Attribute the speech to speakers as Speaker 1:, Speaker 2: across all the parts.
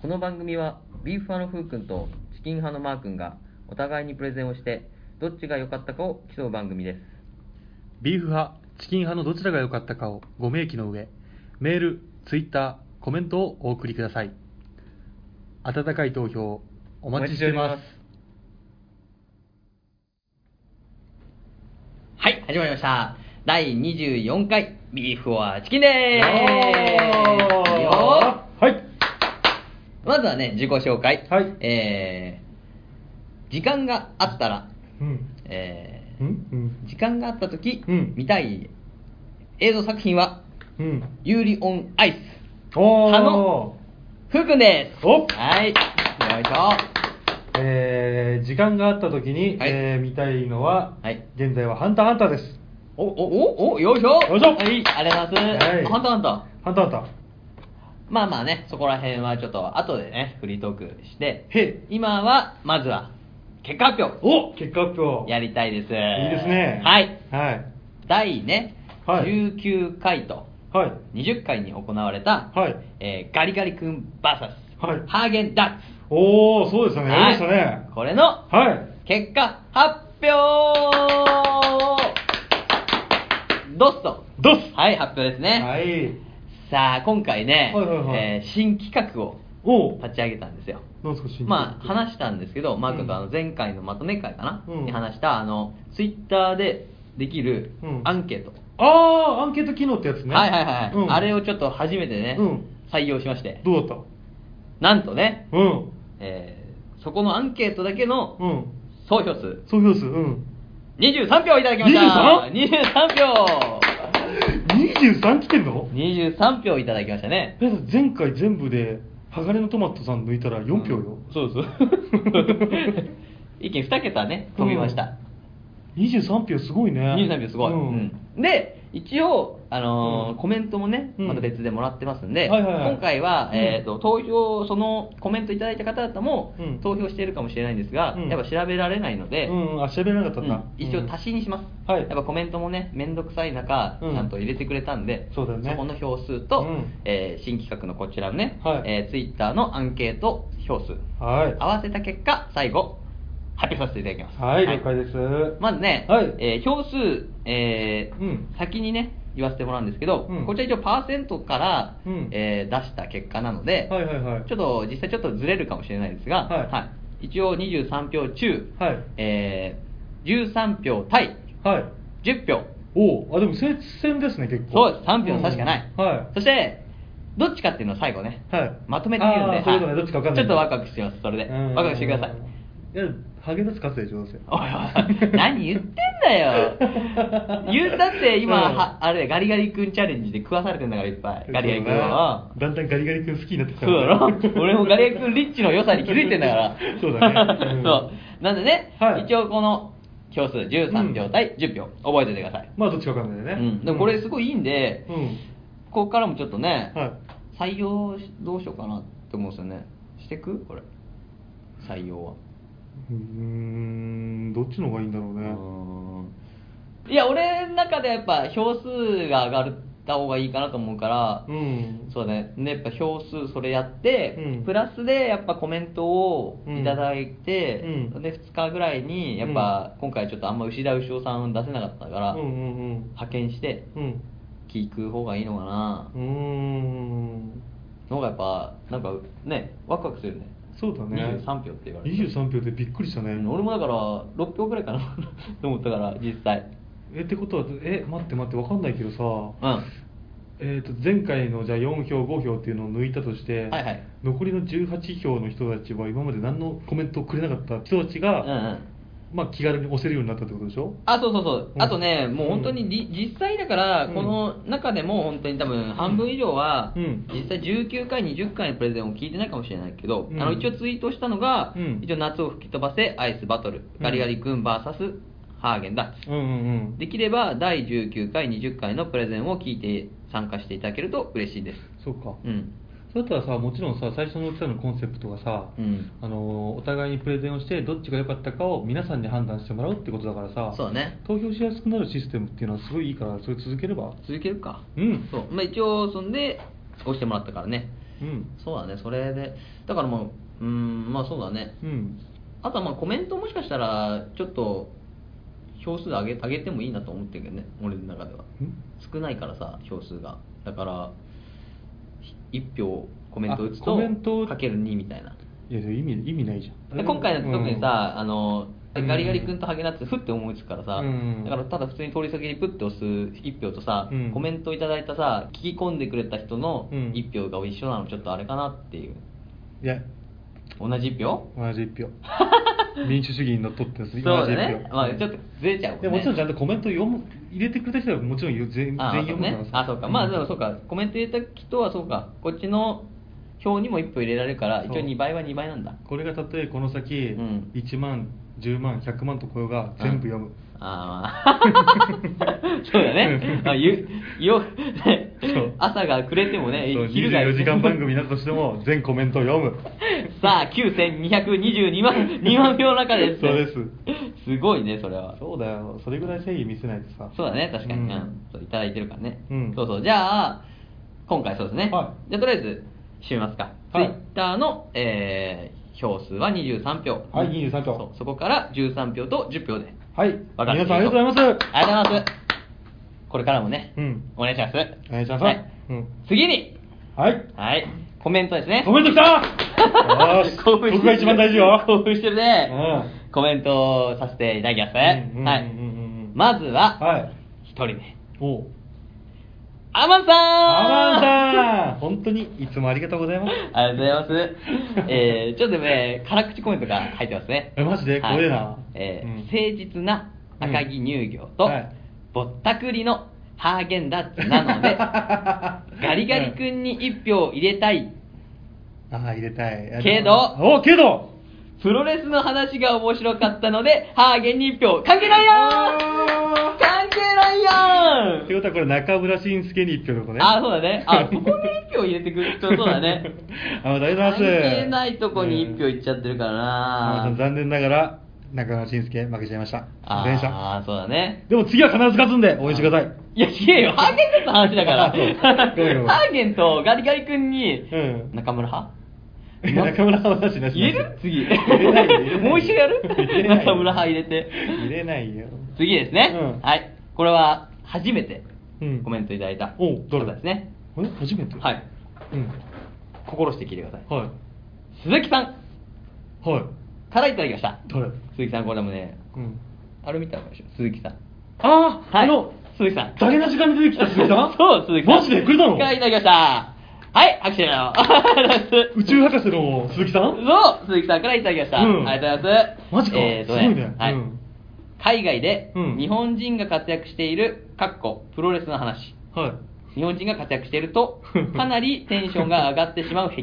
Speaker 1: この番組はビーフ派のふうくんとチキン派のマーくんがお互いにプレゼンをしてどっちが良かったかを競う番組です
Speaker 2: ビーフ派、チキン派のどちらが良かったかをご明記の上、メール、ツイッター、コメントをお送りください。温かい投票、お待ちしています。
Speaker 3: はい、始まりました。第24回、ビーフォアチキンでーすよ
Speaker 2: はい。
Speaker 3: ーまずはね、自己紹介。
Speaker 2: はい
Speaker 3: えー、時間があったら、
Speaker 2: うん。
Speaker 3: え
Speaker 2: うん
Speaker 3: ー、時間があったとき、
Speaker 2: うん
Speaker 3: 見たい映像作品は、
Speaker 2: うん。うん。
Speaker 3: ユーリオンアイ
Speaker 2: お
Speaker 3: あのス。ふうくんです
Speaker 2: お
Speaker 3: はい、よいしょ。
Speaker 2: えー、時間があった時に、
Speaker 3: はい
Speaker 2: えー見たいのは、
Speaker 3: はい
Speaker 2: 現在はハンターハンターです。
Speaker 3: お、お、お、お、よいしょ
Speaker 2: よいしょ
Speaker 3: はい、ありがとうございます。
Speaker 2: はい
Speaker 3: ほんとほんと。
Speaker 2: ハンターハン
Speaker 3: まあまあね、そこら辺はちょっと後でね、フリートークして、
Speaker 2: へい
Speaker 3: 今は、まずは、結果発
Speaker 2: ター。
Speaker 3: 表
Speaker 2: お結果発表。
Speaker 3: や
Speaker 2: いい
Speaker 3: りたいです。いい
Speaker 2: ですね。
Speaker 3: はい。
Speaker 2: はい。
Speaker 3: 第ね、
Speaker 2: はい
Speaker 3: 19回と
Speaker 2: はい。
Speaker 3: 20回に行われた、
Speaker 2: はい
Speaker 3: えーガリガリ君 VS、
Speaker 2: はい
Speaker 3: ハーゲンダッ
Speaker 2: おー、そうです
Speaker 3: ツ。
Speaker 2: ね。やりましたね。
Speaker 3: これの
Speaker 2: はい。
Speaker 3: 結果発表ドスト。
Speaker 2: ドス
Speaker 3: はい、発表ですね。
Speaker 2: はい。
Speaker 3: さあ、今回ね、
Speaker 2: はいはいはい
Speaker 3: えー新企画を
Speaker 2: おー、
Speaker 3: 立ち上げたんですよ。
Speaker 2: なんですか、新
Speaker 3: まあ、話したんですけど、マー君とあの前回のまとめ会かな、
Speaker 2: うん
Speaker 3: に話した、あの、ツイッターでできる
Speaker 2: うん
Speaker 3: アンケート。
Speaker 2: あー、アンケート機能ってやつね。
Speaker 3: はいはいはい、
Speaker 2: うん
Speaker 3: あれをちょっと初めてね、
Speaker 2: うん
Speaker 3: 採用しまして、
Speaker 2: どうだっ
Speaker 3: なんとね、
Speaker 2: たうん。
Speaker 3: えーそこのアンケートだけの
Speaker 2: うん。
Speaker 3: 総票数、
Speaker 2: 総票数、うん。
Speaker 3: 23票いただきました !23
Speaker 2: 23来てんの
Speaker 3: 票 !23 票いただきましたね。
Speaker 2: 皆さん前回全部で、鋼のトマトさん抜いたら4票よ。
Speaker 3: そうそう。 一気に2桁ね、飛びました。
Speaker 2: 23票すごいね。
Speaker 3: 23秒すごい、
Speaker 2: うん。
Speaker 3: うんで一応、あのー
Speaker 2: うん
Speaker 3: コメントもね
Speaker 2: うん
Speaker 3: また別でもらってますんで、
Speaker 2: はいはいはい
Speaker 3: 今回は、えー、と投票そのコメントいただいた方々も、
Speaker 2: うん
Speaker 3: 投票しているかもしれないんですが、
Speaker 2: うん
Speaker 3: やっぱ調べられないので、
Speaker 2: うん、あ、喋れなかったんだ。
Speaker 3: うん一応足しにします、
Speaker 2: はい
Speaker 3: やっぱコメントもね面倒くさい中、
Speaker 2: うん
Speaker 3: ちゃんと入れてくれたんで
Speaker 2: そうだよね
Speaker 3: この票数と、
Speaker 2: うん
Speaker 3: えー新企画のこちらのね、
Speaker 2: はい
Speaker 3: えツイッター Twitter のアンケート票数
Speaker 2: はい。
Speaker 3: 合わせた結果最後発表させていただきます
Speaker 2: はい、了解です。
Speaker 3: まずね、
Speaker 2: はい
Speaker 3: えー票数、えー
Speaker 2: うん
Speaker 3: 先にね、言わせてもらうんですけど、
Speaker 2: うん
Speaker 3: こちら一応パーセントから、
Speaker 2: うん
Speaker 3: えー出した結果なので、
Speaker 2: はいはいはい
Speaker 3: ちょっと実際ちょっとずれるかもしれないですが、
Speaker 2: はい
Speaker 3: 一応23票中、
Speaker 2: はい
Speaker 3: えー13票対
Speaker 2: はい。
Speaker 3: 10票、
Speaker 2: おうあ、でも接戦ですね、結
Speaker 3: そ
Speaker 2: 構。
Speaker 3: うです、3票の差しかない。
Speaker 2: うんは
Speaker 3: そして、どっちかっていうのは最後ね、
Speaker 2: い。はい。
Speaker 3: まとめて言うんで、
Speaker 2: あーそういうこと
Speaker 3: は
Speaker 2: ね、
Speaker 3: い
Speaker 2: どっちかわかん
Speaker 3: ち
Speaker 2: ない。
Speaker 3: ょっとワクワクしてます、それで。
Speaker 2: うん
Speaker 3: ワクワクしてください。
Speaker 2: いや、ハゲ出す勝つでしょ、どうせ。
Speaker 3: おいおい、何言ってんだ よ。言うたって今、
Speaker 2: うん
Speaker 3: はあれガリガリ君チャレンジで食わされてんだからいっぱい。ガリガリ君
Speaker 2: そうだ
Speaker 3: は
Speaker 2: な。だんだんガリガリ君好きになってきた
Speaker 3: そうだろ俺もガリガリ君リッチの良さに気づいてんだから。
Speaker 2: そうだねうん
Speaker 3: そうなんでね、
Speaker 2: はい
Speaker 3: 一応この票数13票対10票、覚えておいてください。
Speaker 2: まあどっちかわかんないよね、
Speaker 3: うん、でもこれすごいいいんで、
Speaker 2: うん
Speaker 3: ここからもちょっとね、
Speaker 2: はい
Speaker 3: 採用しどうしようかなって思うんですよね。してくこれ。採用は。
Speaker 2: うーんどっちの方がいいんだろうね
Speaker 3: いや俺の中でやっぱ票数が上がった方がいいかなと思うから、
Speaker 2: うん
Speaker 3: そうだねでやっぱ票数それやって、
Speaker 2: うん
Speaker 3: プラスでやっぱコメントをいただいて、
Speaker 2: うんうん
Speaker 3: で2日ぐらいにやっぱ今回ちょっとあんま牛田牛尾さん出せなかったから、
Speaker 2: うんうん
Speaker 3: 派遣して
Speaker 2: うん
Speaker 3: 聞く方がいいのかな
Speaker 2: う、んうーん
Speaker 3: の方がやっぱなんかねワクワクするね
Speaker 2: そうだね
Speaker 3: 23票って言われて
Speaker 2: 23票でびっくりしたね、
Speaker 3: うん俺もだから6票ぐらいかな と思ったから実際
Speaker 2: えってことはえ待って待ってわかんないけどさ、
Speaker 3: うん
Speaker 2: えー、と前回のじゃあ4票5票っていうのを抜いたとして、
Speaker 3: はいはい
Speaker 2: 残りの18票の人たちは今まで何のコメントをくれなかった人たちが、
Speaker 3: うんうん
Speaker 2: まあ、気軽に押せるようになったってことでしょ
Speaker 3: あ、そうそうそう。
Speaker 2: うん
Speaker 3: あとね、もう本当にり、実際だから、
Speaker 2: うん
Speaker 3: この中でも本当に多分半分以上は、
Speaker 2: うん
Speaker 3: 実際19回、20回のプレゼンを聞いてないかもしれないけど、
Speaker 2: うん
Speaker 3: あの一応ツイートしたのが、
Speaker 2: うん
Speaker 3: 一応夏を吹き飛ばせアイスバトル、ガリガリ君 VS ハーゲンダッツ。
Speaker 2: うんうん
Speaker 3: できれば第19回、20回のプレゼンを聞いて参加していただけると嬉しいです。
Speaker 2: そうか、
Speaker 3: うん。
Speaker 2: だったらさもちろんさ最初のうちらのコンセプトがさ、
Speaker 3: うん
Speaker 2: あのお互いにプレゼンをしてどっちが良かったかを皆さんに判断してもらうってことだからさ
Speaker 3: そうだね
Speaker 2: 投票しやすくなるシステムっていうのはすごいいいからそれ続ければ
Speaker 3: 続けるか
Speaker 2: うん
Speaker 3: そうまあ一応そんで押してもらったからね
Speaker 2: うん
Speaker 3: そうだねそれでだからもううんまあそうだね
Speaker 2: うん
Speaker 3: あとはまあコメントもしかしたらちょっと票数上げ上げてもいいなと思ってるけどね俺の中では
Speaker 2: うん
Speaker 3: 少ないからさ票数がだから1票コメント打つ
Speaker 2: あコメント
Speaker 3: とかける2みたいない
Speaker 2: やでも意味意味ないじゃん
Speaker 3: 今回だと特にさ、あの
Speaker 2: うん
Speaker 3: ガリガリ君とハゲナッツふって思いつくからさ、
Speaker 2: うん
Speaker 3: だからただ普通に通り先にプッて押す1票とさ、
Speaker 2: うん
Speaker 3: コメントいただいたさ聞き込んでくれた人の
Speaker 2: うん
Speaker 3: 1票が一緒なのちょっとあれかなっていう
Speaker 2: いや
Speaker 3: 同じ1票
Speaker 2: 同じ1票 民主主義にのっとってで
Speaker 3: そ
Speaker 2: す
Speaker 3: う
Speaker 2: 同
Speaker 3: だ
Speaker 2: じ
Speaker 3: ね
Speaker 2: 1、票
Speaker 3: まあ、ちょっとずれちゃうもんね
Speaker 2: でもちろんちゃんとコメント読む入れてくれた人はもちろんよ全全員
Speaker 3: あ
Speaker 2: 読むからさ
Speaker 3: あそうねあそうかまあでもそうかコメント入れた人はそうかこっちの票にも1票入れられるから一
Speaker 2: そう
Speaker 3: 応2倍は2倍なんだ
Speaker 2: これがたとえこの先、
Speaker 3: うん
Speaker 2: 1万10万100万とこよが全部読む、
Speaker 3: あーま あそうだねあゆよ
Speaker 2: そう
Speaker 3: 朝が暮れてもね
Speaker 2: そう
Speaker 3: 昼が
Speaker 2: 24時間番組だとしても全コメントを読む
Speaker 3: さあ9222万2万票の中です
Speaker 2: そうです
Speaker 3: すごいねそれは
Speaker 2: そうだよそれぐらい誠意見せないとさ
Speaker 3: そうだね確かに、
Speaker 2: う
Speaker 3: うんんそういただいてるからね、
Speaker 2: うん
Speaker 3: そうそうじゃあ今回そうですね、
Speaker 2: は
Speaker 3: じゃあとりあえず締めますか、
Speaker 2: はい
Speaker 3: ツイッターの、えー票数は23票
Speaker 2: はい23票
Speaker 3: そうそこから13票と10票で
Speaker 2: はい
Speaker 3: 分かれて
Speaker 2: 皆さんありがとうございます
Speaker 3: ありがとうございますこれからもね、
Speaker 2: うん
Speaker 3: お願いします
Speaker 2: お願いします
Speaker 3: はい
Speaker 2: うん
Speaker 3: 次に
Speaker 2: はい
Speaker 3: はいコメントですね
Speaker 2: コメントきたよーし
Speaker 3: 興奮してる
Speaker 2: 僕が一番大事よ
Speaker 3: 興奮してるね、
Speaker 2: う
Speaker 3: コメントをさせていただきます、
Speaker 2: うんうんうんうんうん
Speaker 3: はいまずは、
Speaker 2: はい
Speaker 3: 一人目
Speaker 2: おう
Speaker 3: アマンさん
Speaker 2: アマンさん本当にいつもありがとうございます
Speaker 3: ありがとうございます。えー、ちょっとね、辛口コメントが入ってますね。
Speaker 2: えマジで
Speaker 3: はい
Speaker 2: 怖えな
Speaker 3: えー
Speaker 2: うん
Speaker 3: 誠実な赤城乳業と、
Speaker 2: はい
Speaker 3: ぼったくりのハーゲンダッツな ので、ガリガリ君に1票入れたい。
Speaker 2: ああ入れたい
Speaker 3: けど
Speaker 2: おけど
Speaker 3: プロレスの話が面白かったので、ハーゲンに1票。関係ないよ
Speaker 2: あ
Speaker 3: ー関係ないよ
Speaker 2: っ
Speaker 3: ー
Speaker 2: てことはこれ中村慎介に一票の子ね
Speaker 3: あ、そうだね。あ、ここに1票入れてくると、そうだ ね。
Speaker 2: ありがとうございま
Speaker 3: 関
Speaker 2: す
Speaker 3: 係ないとこに1票
Speaker 2: うん
Speaker 3: いっちゃってるから
Speaker 2: あ
Speaker 3: な
Speaker 2: ー残念ながら中村慎介負けちゃいました電車
Speaker 3: ああー、そうだね。
Speaker 2: でも次は必ず勝つんで応援してください
Speaker 3: いや、違えよ。ハーゲンダッツの話だか
Speaker 2: あそうごめんごめん
Speaker 3: ら。ハーゲンとガリガリ君に、
Speaker 2: うん
Speaker 3: 中村派
Speaker 2: いや 中村の話なし
Speaker 3: 入れる次。
Speaker 2: 入れないよ入れないよ
Speaker 3: もう一緒やる
Speaker 2: 入れないよ
Speaker 3: 中村派入れて。
Speaker 2: 入れないよ
Speaker 3: 次ですね、
Speaker 2: うん
Speaker 3: はい。これは、初めて
Speaker 2: うん
Speaker 3: コメントいただいた
Speaker 2: おう
Speaker 3: 方
Speaker 2: 誰だ
Speaker 3: ですね。
Speaker 2: え初めて
Speaker 3: はい。
Speaker 2: うん
Speaker 3: 心して聞いてください。
Speaker 2: は
Speaker 3: 鈴木さん
Speaker 2: いはい
Speaker 3: からいただきました。
Speaker 2: 誰
Speaker 3: 鈴木さん、これでもね、
Speaker 2: うん
Speaker 3: あれ見たらわかるでしょ。鈴木さん。
Speaker 2: ああ
Speaker 3: はい
Speaker 2: あの
Speaker 3: 鈴木さん。
Speaker 2: ダゲな時間に出てきた鈴木さん
Speaker 3: そう、鈴木さん。
Speaker 2: マジでくれたの
Speaker 3: 一回いただきました。はい、拍手だよ。
Speaker 2: 宇宙博士の鈴木さん
Speaker 3: そう、鈴木さんからいただきました。
Speaker 2: うん
Speaker 3: ありがとうございます。
Speaker 2: マジか
Speaker 3: えーと
Speaker 2: すごいね
Speaker 3: はい
Speaker 2: うん
Speaker 3: 海外で
Speaker 2: うん
Speaker 3: 日本人が活躍している、かっこプロレスの話。
Speaker 2: はい
Speaker 3: 日本人が活躍していると、かなりテンションが上がってしまう癖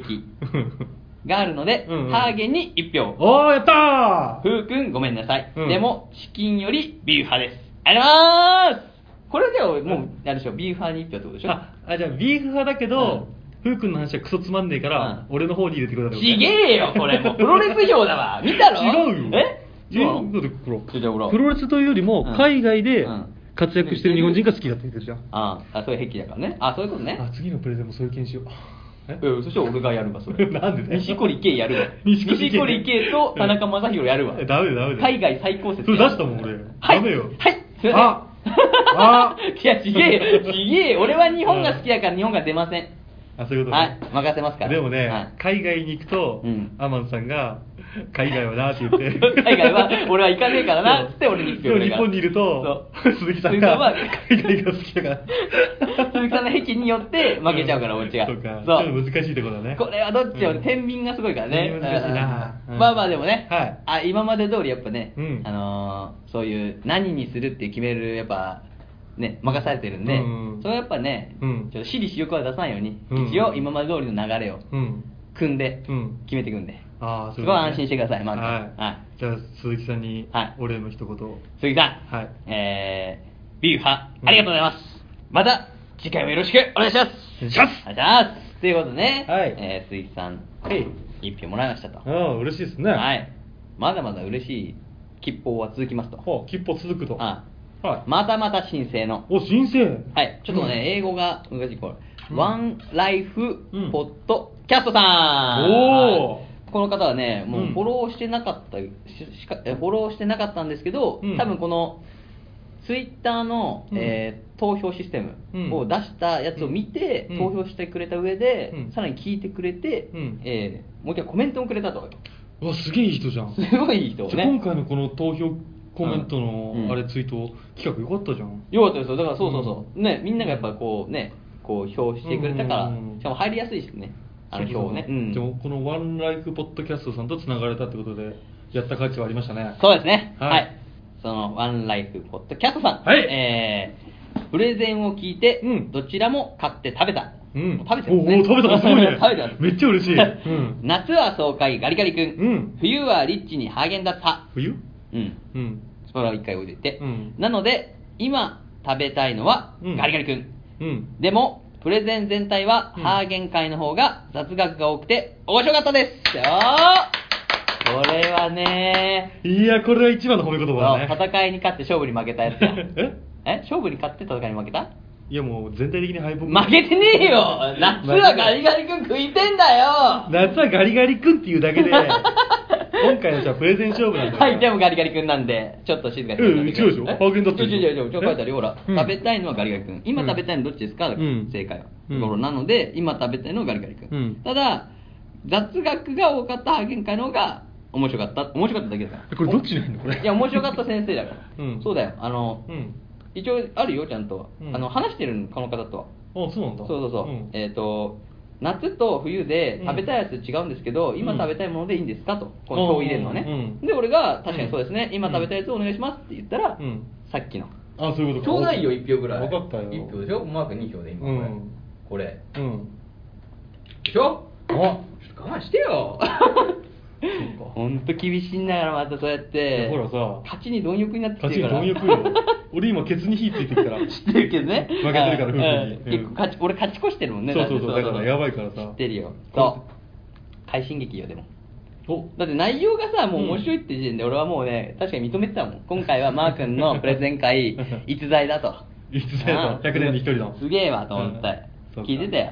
Speaker 3: があるので、
Speaker 2: うんうん
Speaker 3: ハーゲンに1票。
Speaker 2: おーやったー
Speaker 3: ふうくんごめんなさい。
Speaker 2: うん
Speaker 3: でも、資金よりビーフ派です。ありがとうございますこれではもう、あれでしょ、ビーフ派に1票ってことでしょ
Speaker 2: ああじゃあビーフ派だけど、ふうくんの話はクソつまんねえから、
Speaker 3: うん
Speaker 2: 俺の方に入れてください
Speaker 3: ちげえよ、これ。もうプロレス票だわ。見たろ
Speaker 2: 違うよ
Speaker 3: え
Speaker 2: え
Speaker 3: そう
Speaker 2: だってほら
Speaker 3: ちょちょほら
Speaker 2: プロレスというよりも
Speaker 3: うん
Speaker 2: 海外で
Speaker 3: うん
Speaker 2: 活躍してる日本人が好きだって言ってるじゃん、
Speaker 3: ああ、そういう癖だからね。 あそういうことね。
Speaker 2: あ次のプレゼンもそういう研 修をえ
Speaker 3: うん、そしたら俺がやるわ、それ。
Speaker 2: なんでだよ。
Speaker 3: 西堀圭やるわ
Speaker 2: 錦織圭
Speaker 3: 錦織圭と田中将大やるわ
Speaker 2: え。ダメだよダメだよ
Speaker 3: 海外最高説。
Speaker 2: それ出したもん俺
Speaker 3: はい。
Speaker 2: ダメよ
Speaker 3: はい。すいません。
Speaker 2: あ あ
Speaker 3: いや、ちげえよ。ちげえよ。俺は日本が好きだから日本が出ません。
Speaker 2: あそういうことね
Speaker 3: はい。任せますから。
Speaker 2: でもね、
Speaker 3: はい
Speaker 2: 海外に行くと、
Speaker 3: うん
Speaker 2: アマンさんが「海外はな」って言って
Speaker 3: 海外は俺は行かねえからな
Speaker 2: そう
Speaker 3: つって俺に行く
Speaker 2: で
Speaker 3: よ
Speaker 2: も
Speaker 3: 俺
Speaker 2: 日
Speaker 3: が
Speaker 2: 本にいると
Speaker 3: そう
Speaker 2: 鈴木さん
Speaker 3: 鈴木さん
Speaker 2: が
Speaker 3: は
Speaker 2: 海外が好きだから
Speaker 3: 鈴木さんの癖によって 負けちゃうから、
Speaker 2: ん
Speaker 3: 俺違
Speaker 2: そううか
Speaker 3: そう
Speaker 2: ちょっと難しいところだね
Speaker 3: これはどっちよ、
Speaker 2: うん
Speaker 3: 天秤がすごいからね
Speaker 2: 天秤難しいな
Speaker 3: うん
Speaker 2: うん
Speaker 3: まあまあでもね、
Speaker 2: はい
Speaker 3: あ今まで通りやっぱね、
Speaker 2: うん
Speaker 3: あのーそういう何にするって決めるやっぱね任されてるんで、
Speaker 2: うん
Speaker 3: それはやっぱね、
Speaker 2: うん
Speaker 3: ちょっと私利私欲は出さないように、
Speaker 2: うん
Speaker 3: 一応今まで通りの流れを
Speaker 2: うん
Speaker 3: 組んで、
Speaker 2: うん
Speaker 3: 決めていくんで
Speaker 2: ああ
Speaker 3: すごい安心してくださいまず
Speaker 2: はい、
Speaker 3: はい
Speaker 2: じゃあ鈴木さんに
Speaker 3: はい
Speaker 2: お礼の一言を、
Speaker 3: 鈴木さん、
Speaker 2: はい
Speaker 3: えー、ビュー派
Speaker 2: うん
Speaker 3: ありがとうございます、また次回もよろしくお願いします
Speaker 2: お願いします
Speaker 3: お願いしますということでね、
Speaker 2: はい
Speaker 3: えー鈴木さん、
Speaker 2: はい
Speaker 3: 1票もらいましたと、
Speaker 2: ああ、嬉しいですね。
Speaker 3: はい、まだまだ嬉しい吉報は続きますと、
Speaker 2: ほう、吉報続くと。
Speaker 3: あ
Speaker 2: はい。
Speaker 3: またまた申請の、
Speaker 2: お、申請。
Speaker 3: はい、ちょっとね、英語が難しいこれ、
Speaker 2: うん
Speaker 3: ワンライフ
Speaker 2: うん
Speaker 3: ポッドキャストさん、
Speaker 2: お
Speaker 3: はいこの方はね、もううんフォローしてなかった、ししかえフォローしてなかったんですけど、
Speaker 2: うん
Speaker 3: 多分このツイッターの、
Speaker 2: うん
Speaker 3: えー投票システムを
Speaker 2: うん
Speaker 3: 出したやつを見て、
Speaker 2: うん
Speaker 3: 投票してくれた上で、
Speaker 2: うん
Speaker 3: さらに聞いてくれて、
Speaker 2: うん
Speaker 3: えーもう一回コメントもくれたと。
Speaker 2: うわ、すげえいい人じゃん。
Speaker 3: すごいいい人を
Speaker 2: じゃあ今
Speaker 3: ね。
Speaker 2: 回のこの投票コメントの
Speaker 3: うん
Speaker 2: あれツイート企画よかったじゃん。
Speaker 3: よかったですよ。だからそうそうそう。ね、みんながやっぱこうね、こう票してくれたから
Speaker 2: うんうんう、ん
Speaker 3: しかも入りやすいしね、あの
Speaker 2: そうそう
Speaker 3: 票をね。う
Speaker 2: でも
Speaker 3: ん。
Speaker 2: このワンライフポッドキャストさんとつながれたってことでやった価値はありましたね。
Speaker 3: そうですね。
Speaker 2: はい
Speaker 3: はい。そのワンライフポッドキャストさん。
Speaker 2: はい
Speaker 3: えープレゼンを聞いて
Speaker 2: うん、
Speaker 3: どちらも買って食べた。
Speaker 2: うん。
Speaker 3: 食べてますね。
Speaker 2: おお食べたすごい ね。
Speaker 3: 食べてます
Speaker 2: めっちゃ嬉し い。うん。
Speaker 3: 夏は爽快ガリガリ君、
Speaker 2: うん
Speaker 3: 冬はリッチにハーゲンダッツ派
Speaker 2: 冬？
Speaker 3: うん
Speaker 2: うん。
Speaker 3: それは一回置いといて、
Speaker 2: うん
Speaker 3: なので今食べたいのは
Speaker 2: うん
Speaker 3: ガリガリ君、
Speaker 2: うん。
Speaker 3: でもプレゼン全体は
Speaker 2: うん
Speaker 3: ハーゲン会の方が雑学が多くて面白かったですよーこれはね
Speaker 2: いやこれは一番の褒め言葉だね。
Speaker 3: 戦いに勝って勝負に負けたやつ や
Speaker 2: え？
Speaker 3: え勝負に勝って戦いに負けた
Speaker 2: いやもう全体的に敗北。
Speaker 3: 負けてねえ よ夏はガリガリ君食いてんだよ
Speaker 2: 夏はガリガリ君っていうだ けで今回のじゃあプレゼン勝負なんだから
Speaker 3: はい、でもガリガリ君なんで、ちょっと静かに。
Speaker 2: うん違うでしょ
Speaker 3: え
Speaker 2: ハーゲンダッツ
Speaker 3: 違う
Speaker 2: でしょ
Speaker 3: 違う違う、ちょ、書いてあるよ、ほら。
Speaker 2: うん
Speaker 3: 食べたいのはガリガリ君。今食べたいのどっちですか
Speaker 2: うん
Speaker 3: 正解は。
Speaker 2: うん
Speaker 3: ところなので、今食べたいのはガリガリ
Speaker 2: う
Speaker 3: 君
Speaker 2: ん。
Speaker 3: ただ、雑学が多かったハーゲン会の方が面白かった。面白かっただけだから。
Speaker 2: これどっちなんのこれ
Speaker 3: いや、面白かった先生だから。
Speaker 2: うん
Speaker 3: そうだよ。あの、
Speaker 2: うん
Speaker 3: 一応あるよ、ちゃんと。
Speaker 2: うん
Speaker 3: あの、話してるの、この方とは。
Speaker 2: あそうなんだ
Speaker 3: そうそうそう。
Speaker 2: ん
Speaker 3: えっ、と、夏と冬で食べたいやつ違うんですけど、
Speaker 2: うん
Speaker 3: 今食べたいものでいいんですかと、この表を入れるのね、
Speaker 2: うん
Speaker 3: で、俺が確かにそうですね、
Speaker 2: うん
Speaker 3: 今食べたいやつをお願いしますって言ったら、
Speaker 2: うん
Speaker 3: さっきの。
Speaker 2: あそういうこと
Speaker 3: ちょうどいよ、1票ぐらい。
Speaker 2: 分かったよ
Speaker 3: 1票でしょマーク2票で今、
Speaker 2: うん
Speaker 3: これ。これ。
Speaker 2: うん
Speaker 3: でしょちょ
Speaker 2: あ
Speaker 3: っと我慢してよ。 ほんと厳しいんだから、またそうやっ
Speaker 2: い
Speaker 3: て。
Speaker 2: やほらさ
Speaker 3: 勝ちに貪欲になってき
Speaker 2: 勝
Speaker 3: て
Speaker 2: ち
Speaker 3: る
Speaker 2: に
Speaker 3: から。
Speaker 2: 貪欲よ俺今ケツに火ついてきた ら
Speaker 3: 知ってるけどね。
Speaker 2: 負けてるから夫婦
Speaker 3: うん
Speaker 2: にうん
Speaker 3: 結構勝ち、俺勝ち越してるもんね。
Speaker 2: そうそうそう
Speaker 3: って
Speaker 2: だからやばいからさ
Speaker 3: 知ってるよ。そう。快進撃よ、でも。
Speaker 2: お
Speaker 3: だって内容がさ、もう面白いって時点で、俺はもうね、確かに認めてたもん。今回はマー君のプレゼン 会、逸材だと。
Speaker 2: 逸材だ
Speaker 3: うん
Speaker 2: 100年に一人の
Speaker 3: すげえわと思った
Speaker 2: うん。
Speaker 3: 聞いてたよ。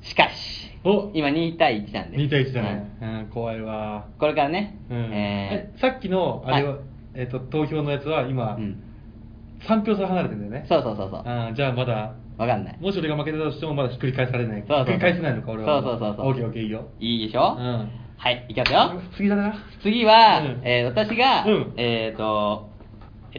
Speaker 3: しかし
Speaker 2: お、
Speaker 3: 今2対1なんで。
Speaker 2: 2対1だね
Speaker 3: うん
Speaker 2: うん怖いわ
Speaker 3: これからね、
Speaker 2: うん
Speaker 3: え
Speaker 2: えさっきのあれ
Speaker 3: は
Speaker 2: はいえっと投票のやつは今
Speaker 3: ーうん
Speaker 2: 3票差離れてんだよね
Speaker 3: そうそうそうそう。
Speaker 2: あーじゃあまだ
Speaker 3: わかんない。
Speaker 2: もし俺が負けたとしてもまだひっくり返されない。ひ
Speaker 3: そうそうそう
Speaker 2: っくり返せないのか俺は。
Speaker 3: そうそうそうそう
Speaker 2: オッケーオッケーいいよ。
Speaker 3: いいでしょ
Speaker 2: うん
Speaker 3: はい、いきますよ。
Speaker 2: 次だな。
Speaker 3: 次は、
Speaker 2: うん
Speaker 3: えー私が、
Speaker 2: うん
Speaker 3: えっ、と、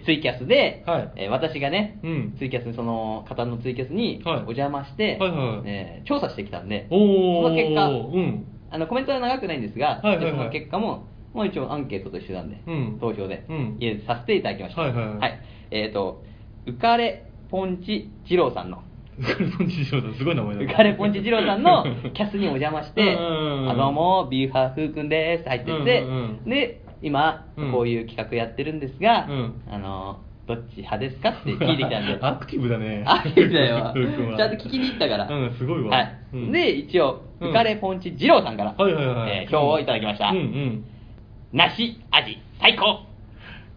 Speaker 3: ツイキャスで、
Speaker 2: はい
Speaker 3: えー私がね、
Speaker 2: うん
Speaker 3: ツイキャスにその方のツイキャスにお
Speaker 2: はい
Speaker 3: 邪魔して、
Speaker 2: はいはい
Speaker 3: えー調査してきたんで、
Speaker 2: おー。
Speaker 3: その結果、
Speaker 2: うん。
Speaker 3: あのコメントは長くないんですが、
Speaker 2: はいはいはい
Speaker 3: その結果も、もう一応アンケートと一緒なんで、
Speaker 2: うん
Speaker 3: 投票で、
Speaker 2: うん
Speaker 3: 入れさせていただきました。
Speaker 2: はいはいはい
Speaker 3: えっ、と、浮かれポンチ二郎さんの、
Speaker 2: ウカレポンチ二郎さん、すごい名前だ。
Speaker 3: 浮かれポンチ二郎さん のキャスにお邪魔して
Speaker 2: うんうんうん
Speaker 3: あどうも、ビーファーフーくんですって入ってって、
Speaker 2: うんうんうん
Speaker 3: で、今、
Speaker 2: うん
Speaker 3: こういう企画やってるんですが、
Speaker 2: うん
Speaker 3: あの、どっち派ですかって聞いてきたんで。
Speaker 2: アクティブだね。
Speaker 3: アクティブだ よ
Speaker 2: ウー君は
Speaker 3: ちゃんと聞きに行ったから。
Speaker 2: うん、すごいわ。
Speaker 3: はい
Speaker 2: うん
Speaker 3: で、一応、
Speaker 2: うん
Speaker 3: 浮かれポンチ二郎さんから、
Speaker 2: はいはいはい。
Speaker 3: えー票をいただきました。
Speaker 2: うんうん。
Speaker 3: 梨味最高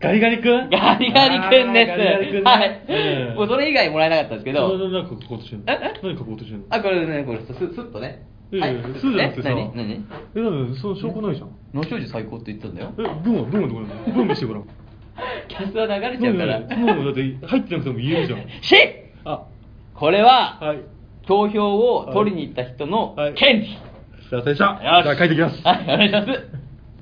Speaker 2: ガリガリ君
Speaker 3: ガリガリ君です
Speaker 2: あーガリガリ君ね
Speaker 3: はい、
Speaker 2: うん
Speaker 3: もうそれ以外もらえなかったんですけど
Speaker 2: なななんか書こうとしてんの
Speaker 3: ええ
Speaker 2: 何書こうとしてんの
Speaker 3: あこれねこれスススッとね
Speaker 2: いやいやスーじゃなくてさ。
Speaker 3: え何何
Speaker 2: え、なんで、その証拠ないじゃん。
Speaker 3: 能生寺最高って言ったんだよ
Speaker 2: え、文は、文はどこなの文見してごらん。
Speaker 3: キャスは流れちゃうから
Speaker 2: 文文はだって入ってなくても言えるじゃん。
Speaker 3: し
Speaker 2: あ、
Speaker 3: これは、
Speaker 2: はい。
Speaker 3: 投票を取りに行った人の
Speaker 2: はい
Speaker 3: 権利、
Speaker 2: すいませんでした。じゃあ帰ってきます。
Speaker 3: はいお願いします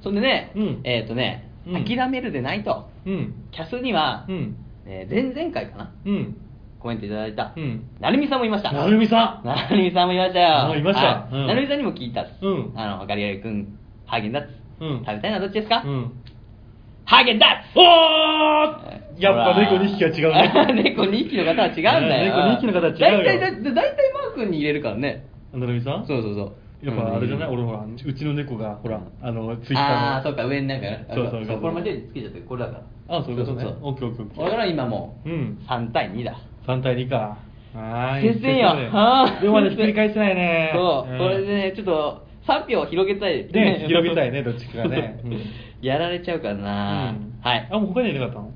Speaker 3: そんでね、
Speaker 2: うん
Speaker 3: えっ、とね、
Speaker 2: うん
Speaker 3: 諦めるでないと
Speaker 2: うん。
Speaker 3: キャスには、
Speaker 2: うん。
Speaker 3: えー前々回かな
Speaker 2: うん。
Speaker 3: コメントいただいた、
Speaker 2: うん
Speaker 3: なるみさんもいました
Speaker 2: なるみさん
Speaker 3: なるみさんもいましたよ
Speaker 2: あいました
Speaker 3: は
Speaker 2: うん
Speaker 3: なるみさんにも聞いたっす
Speaker 2: うん
Speaker 3: あのガリガリ君ハーゲンダッツ、
Speaker 2: うん
Speaker 3: 食べたいのはどっちですか、
Speaker 2: うん。
Speaker 3: ハーゲンダッツ
Speaker 2: おーやっぱ猫2匹は違 うね。
Speaker 3: ね猫2匹の方は違うんだよ
Speaker 2: ね猫二匹の方は違う
Speaker 3: 大
Speaker 2: よ
Speaker 3: 体だだ大体マー君に入れるからね
Speaker 2: なるみさん
Speaker 3: そうそうそう
Speaker 2: やっぱあれじゃない
Speaker 3: うん
Speaker 2: 俺ほら、うちの猫がほら、あの、ツイッターの。
Speaker 3: ああーそうか上になんかね
Speaker 2: そうそう
Speaker 3: あこれ間違えてつけちゃってるこれだから
Speaker 2: あそういうことねオッケーオッケーオッケー
Speaker 3: だから今も
Speaker 2: うん
Speaker 3: 3対2だ
Speaker 2: 3対2か。はーい
Speaker 3: 接戦や
Speaker 2: 接戦
Speaker 3: はーい
Speaker 2: でもまだひっくり返せないね
Speaker 3: そう、
Speaker 2: うん
Speaker 3: これでねちょっと賛否を広げたい
Speaker 2: ね広げたいねどっちかがねうん
Speaker 3: やられちゃうからな、
Speaker 2: うん
Speaker 3: はい
Speaker 2: あもう他にはいなかったの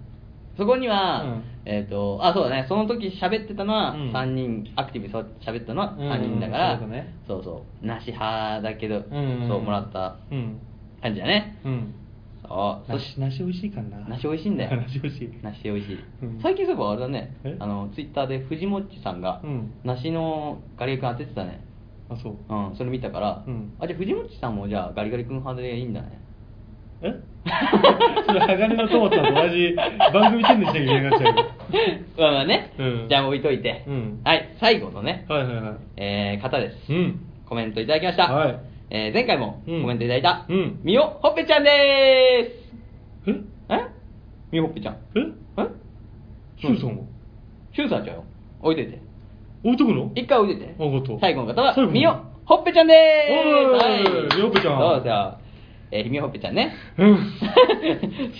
Speaker 3: そこには、
Speaker 2: うん
Speaker 3: えっ、とあそうだねその時喋ってたのは
Speaker 2: うん
Speaker 3: 3人、アクティブにそう喋ったのは3人だか
Speaker 2: う
Speaker 3: ら、
Speaker 2: んそうだね
Speaker 3: そうそうなし派だけど、
Speaker 2: ん
Speaker 3: そうもらった
Speaker 2: うん
Speaker 3: 感じだね
Speaker 2: うん
Speaker 3: そうそし
Speaker 2: 梨梨美味しいかな
Speaker 3: 梨美味しいんだよ
Speaker 2: 梨美味しい
Speaker 3: 梨美味しい、
Speaker 2: うん
Speaker 3: 最近そういえばあれだね
Speaker 2: え
Speaker 3: あのツイッターで藤もっちさんが、
Speaker 2: うん
Speaker 3: 梨のガリガリ君当ててたね
Speaker 2: あそう
Speaker 3: うんそれ見たから、
Speaker 2: うん
Speaker 3: あじゃあ藤もっちさんもじゃあガリガリ君派でいいんだね
Speaker 2: えそれ鋼のトマトと同じ番組チェンジしなきゃいけなくなっちゃうよ
Speaker 3: まあまあね、
Speaker 2: うん
Speaker 3: じゃあ置いといて、
Speaker 2: うん
Speaker 3: はい最後のね、
Speaker 2: はいはいはい
Speaker 3: えー方です、
Speaker 2: うん
Speaker 3: コメントいただきました、
Speaker 2: はい
Speaker 3: えー前回もコ
Speaker 2: うん
Speaker 3: メントいただいた、
Speaker 2: うん
Speaker 3: みおほっぺちゃんで
Speaker 2: え
Speaker 3: すえみおほっぺちゃん
Speaker 2: え
Speaker 3: え
Speaker 2: ヒューさんは
Speaker 3: シュウさんちゃうよ置いといて
Speaker 2: 置いとくの
Speaker 3: 一回置いといて
Speaker 2: わかった
Speaker 3: 最後の方は
Speaker 2: 最後の
Speaker 3: みおほっぺちゃんで
Speaker 2: お
Speaker 3: す
Speaker 2: ー
Speaker 3: はい
Speaker 2: みおほっぺちゃん
Speaker 3: そうじゃあえー、みおほっぺちゃん ね
Speaker 2: うん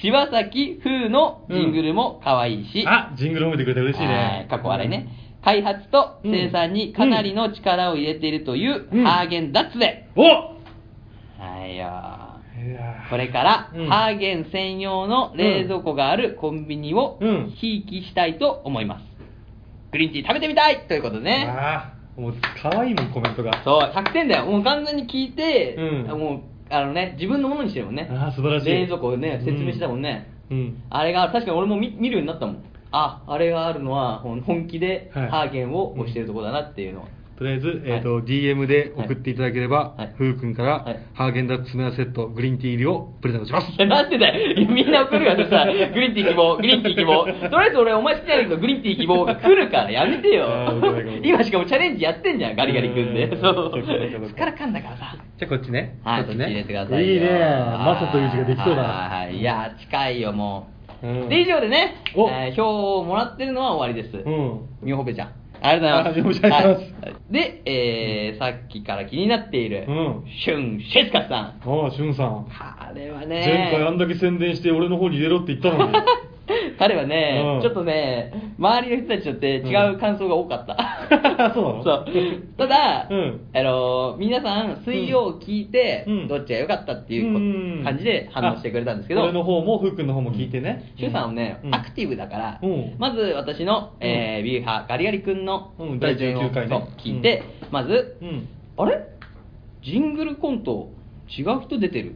Speaker 3: 柴崎風のジングルも可愛いし、
Speaker 2: あジングル褒めてくれて嬉しい
Speaker 3: はい
Speaker 2: ね
Speaker 3: 過去あれね、開発と生産にかなりの力を入れているという
Speaker 2: うん
Speaker 3: ハーゲンダッツで、
Speaker 2: おい
Speaker 3: はいよ
Speaker 2: やー
Speaker 3: これから
Speaker 2: うん
Speaker 3: ハーゲン専用の冷蔵庫があるコンビニを
Speaker 2: うん
Speaker 3: ひいきしたいと思いますグリーンティー食べてみたいということでね
Speaker 2: あーもう可愛いもんコメントが
Speaker 3: そう100点だよもう完全に聞いて、
Speaker 2: うん
Speaker 3: もうあのね自分のものにしてるもんね
Speaker 2: あー素晴らしい
Speaker 3: 冷蔵庫をね説明してたもんね、
Speaker 2: うん
Speaker 3: あれが確かに俺も見見るようになったもんああれがあるのはほん本気で
Speaker 2: はい
Speaker 3: ハーゲンを推してるとこだなっていうのは、
Speaker 2: とりあえず、
Speaker 3: はい
Speaker 2: えーと DM で送っていただければ、
Speaker 3: はい
Speaker 2: ふうくんから、
Speaker 3: はい
Speaker 2: ハーゲンダッツ詰め合わせセットグリーンティー入りをプレゼントします
Speaker 3: いや なんでだよ。みんな送るよ。そしたら、グリーンティー希望、グリーンティー希望。とりあえず俺、お前好きなんだけど、グリーンティー希望が来るからやめてよ
Speaker 2: あーごめんごめ。ん
Speaker 3: 今しかもチャレンジやってんじゃん、ガリガリ君で
Speaker 2: う。ん
Speaker 3: そう
Speaker 2: そうかそう。か
Speaker 3: すっからかんだからさ。
Speaker 2: じゃあこっちね
Speaker 3: はい、
Speaker 2: こ
Speaker 3: こ
Speaker 2: っ
Speaker 3: っ
Speaker 2: ち
Speaker 3: ち
Speaker 2: ね
Speaker 3: 入れてくださいよ。
Speaker 2: いいねマサという字ができそうだ
Speaker 3: はいはいはい。いやー、近いよ、もう。
Speaker 2: うん
Speaker 3: で、以上でね、
Speaker 2: お
Speaker 3: えー票をもらってるのは終わりです。
Speaker 2: うん
Speaker 3: みほぺちゃん。ありがとうございます。
Speaker 2: あみほぺちゃんありがとうござい
Speaker 3: はいで、えーさっきから気になっている、
Speaker 2: うん
Speaker 3: シュン・シェスカさん。
Speaker 2: ああしゅんさん
Speaker 3: あれはね。
Speaker 2: 前回あんだけ宣伝して俺の方に入れろって言った のに
Speaker 3: 彼はね、
Speaker 2: うん
Speaker 3: ちょっとね、周りの人たちとって違う感想が多かった。
Speaker 2: そうなの
Speaker 3: そうただ、
Speaker 2: うん
Speaker 3: あの皆さん、水曜を聞いて、
Speaker 2: うん
Speaker 3: どっちが良かったっていうこ感じで反応してくれたんですけど、
Speaker 2: あ俺の方もふうくんの方も聞いてね
Speaker 3: シュウさんはね、
Speaker 2: うん
Speaker 3: アクティブだから、
Speaker 2: うん
Speaker 3: まず私の、えービューハーガリガリ君の
Speaker 2: うん
Speaker 3: プレゼンを
Speaker 2: 第19回ね
Speaker 3: そう聞いて、まず、
Speaker 2: うん
Speaker 3: あれジングルコント、違う人出てる。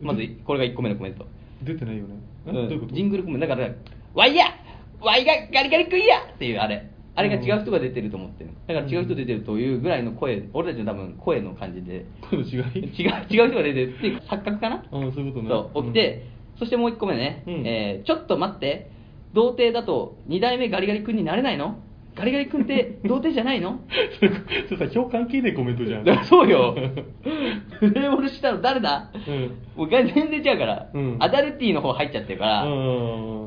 Speaker 3: まず、これが1個目のコメント。
Speaker 2: 出てないよねえ
Speaker 3: うん
Speaker 2: どういうこと
Speaker 3: ジングルコメントだから「ワイヤーワイがガリガリ君や!」っていうあれあれが違う人が出てると思ってるだから違う人出てるというぐらいの声俺たちの多分声の感じで
Speaker 2: この違
Speaker 3: 違う
Speaker 2: い
Speaker 3: 違う人が出てるっていう錯覚かな
Speaker 2: うんそういうことね
Speaker 3: そう起きて、そしてもう1個目ね、
Speaker 2: うん
Speaker 3: えーちょっと待って童貞だと2代目ガリガリ君になれないのガリガリ君 って童貞じゃないの
Speaker 2: それそれさ評関係ないコメントじゃん
Speaker 3: だから そうよフレームしたの誰だ、
Speaker 2: うん
Speaker 3: もう全然違うから、
Speaker 2: うん
Speaker 3: アダルティーの方入っちゃってるから、
Speaker 2: う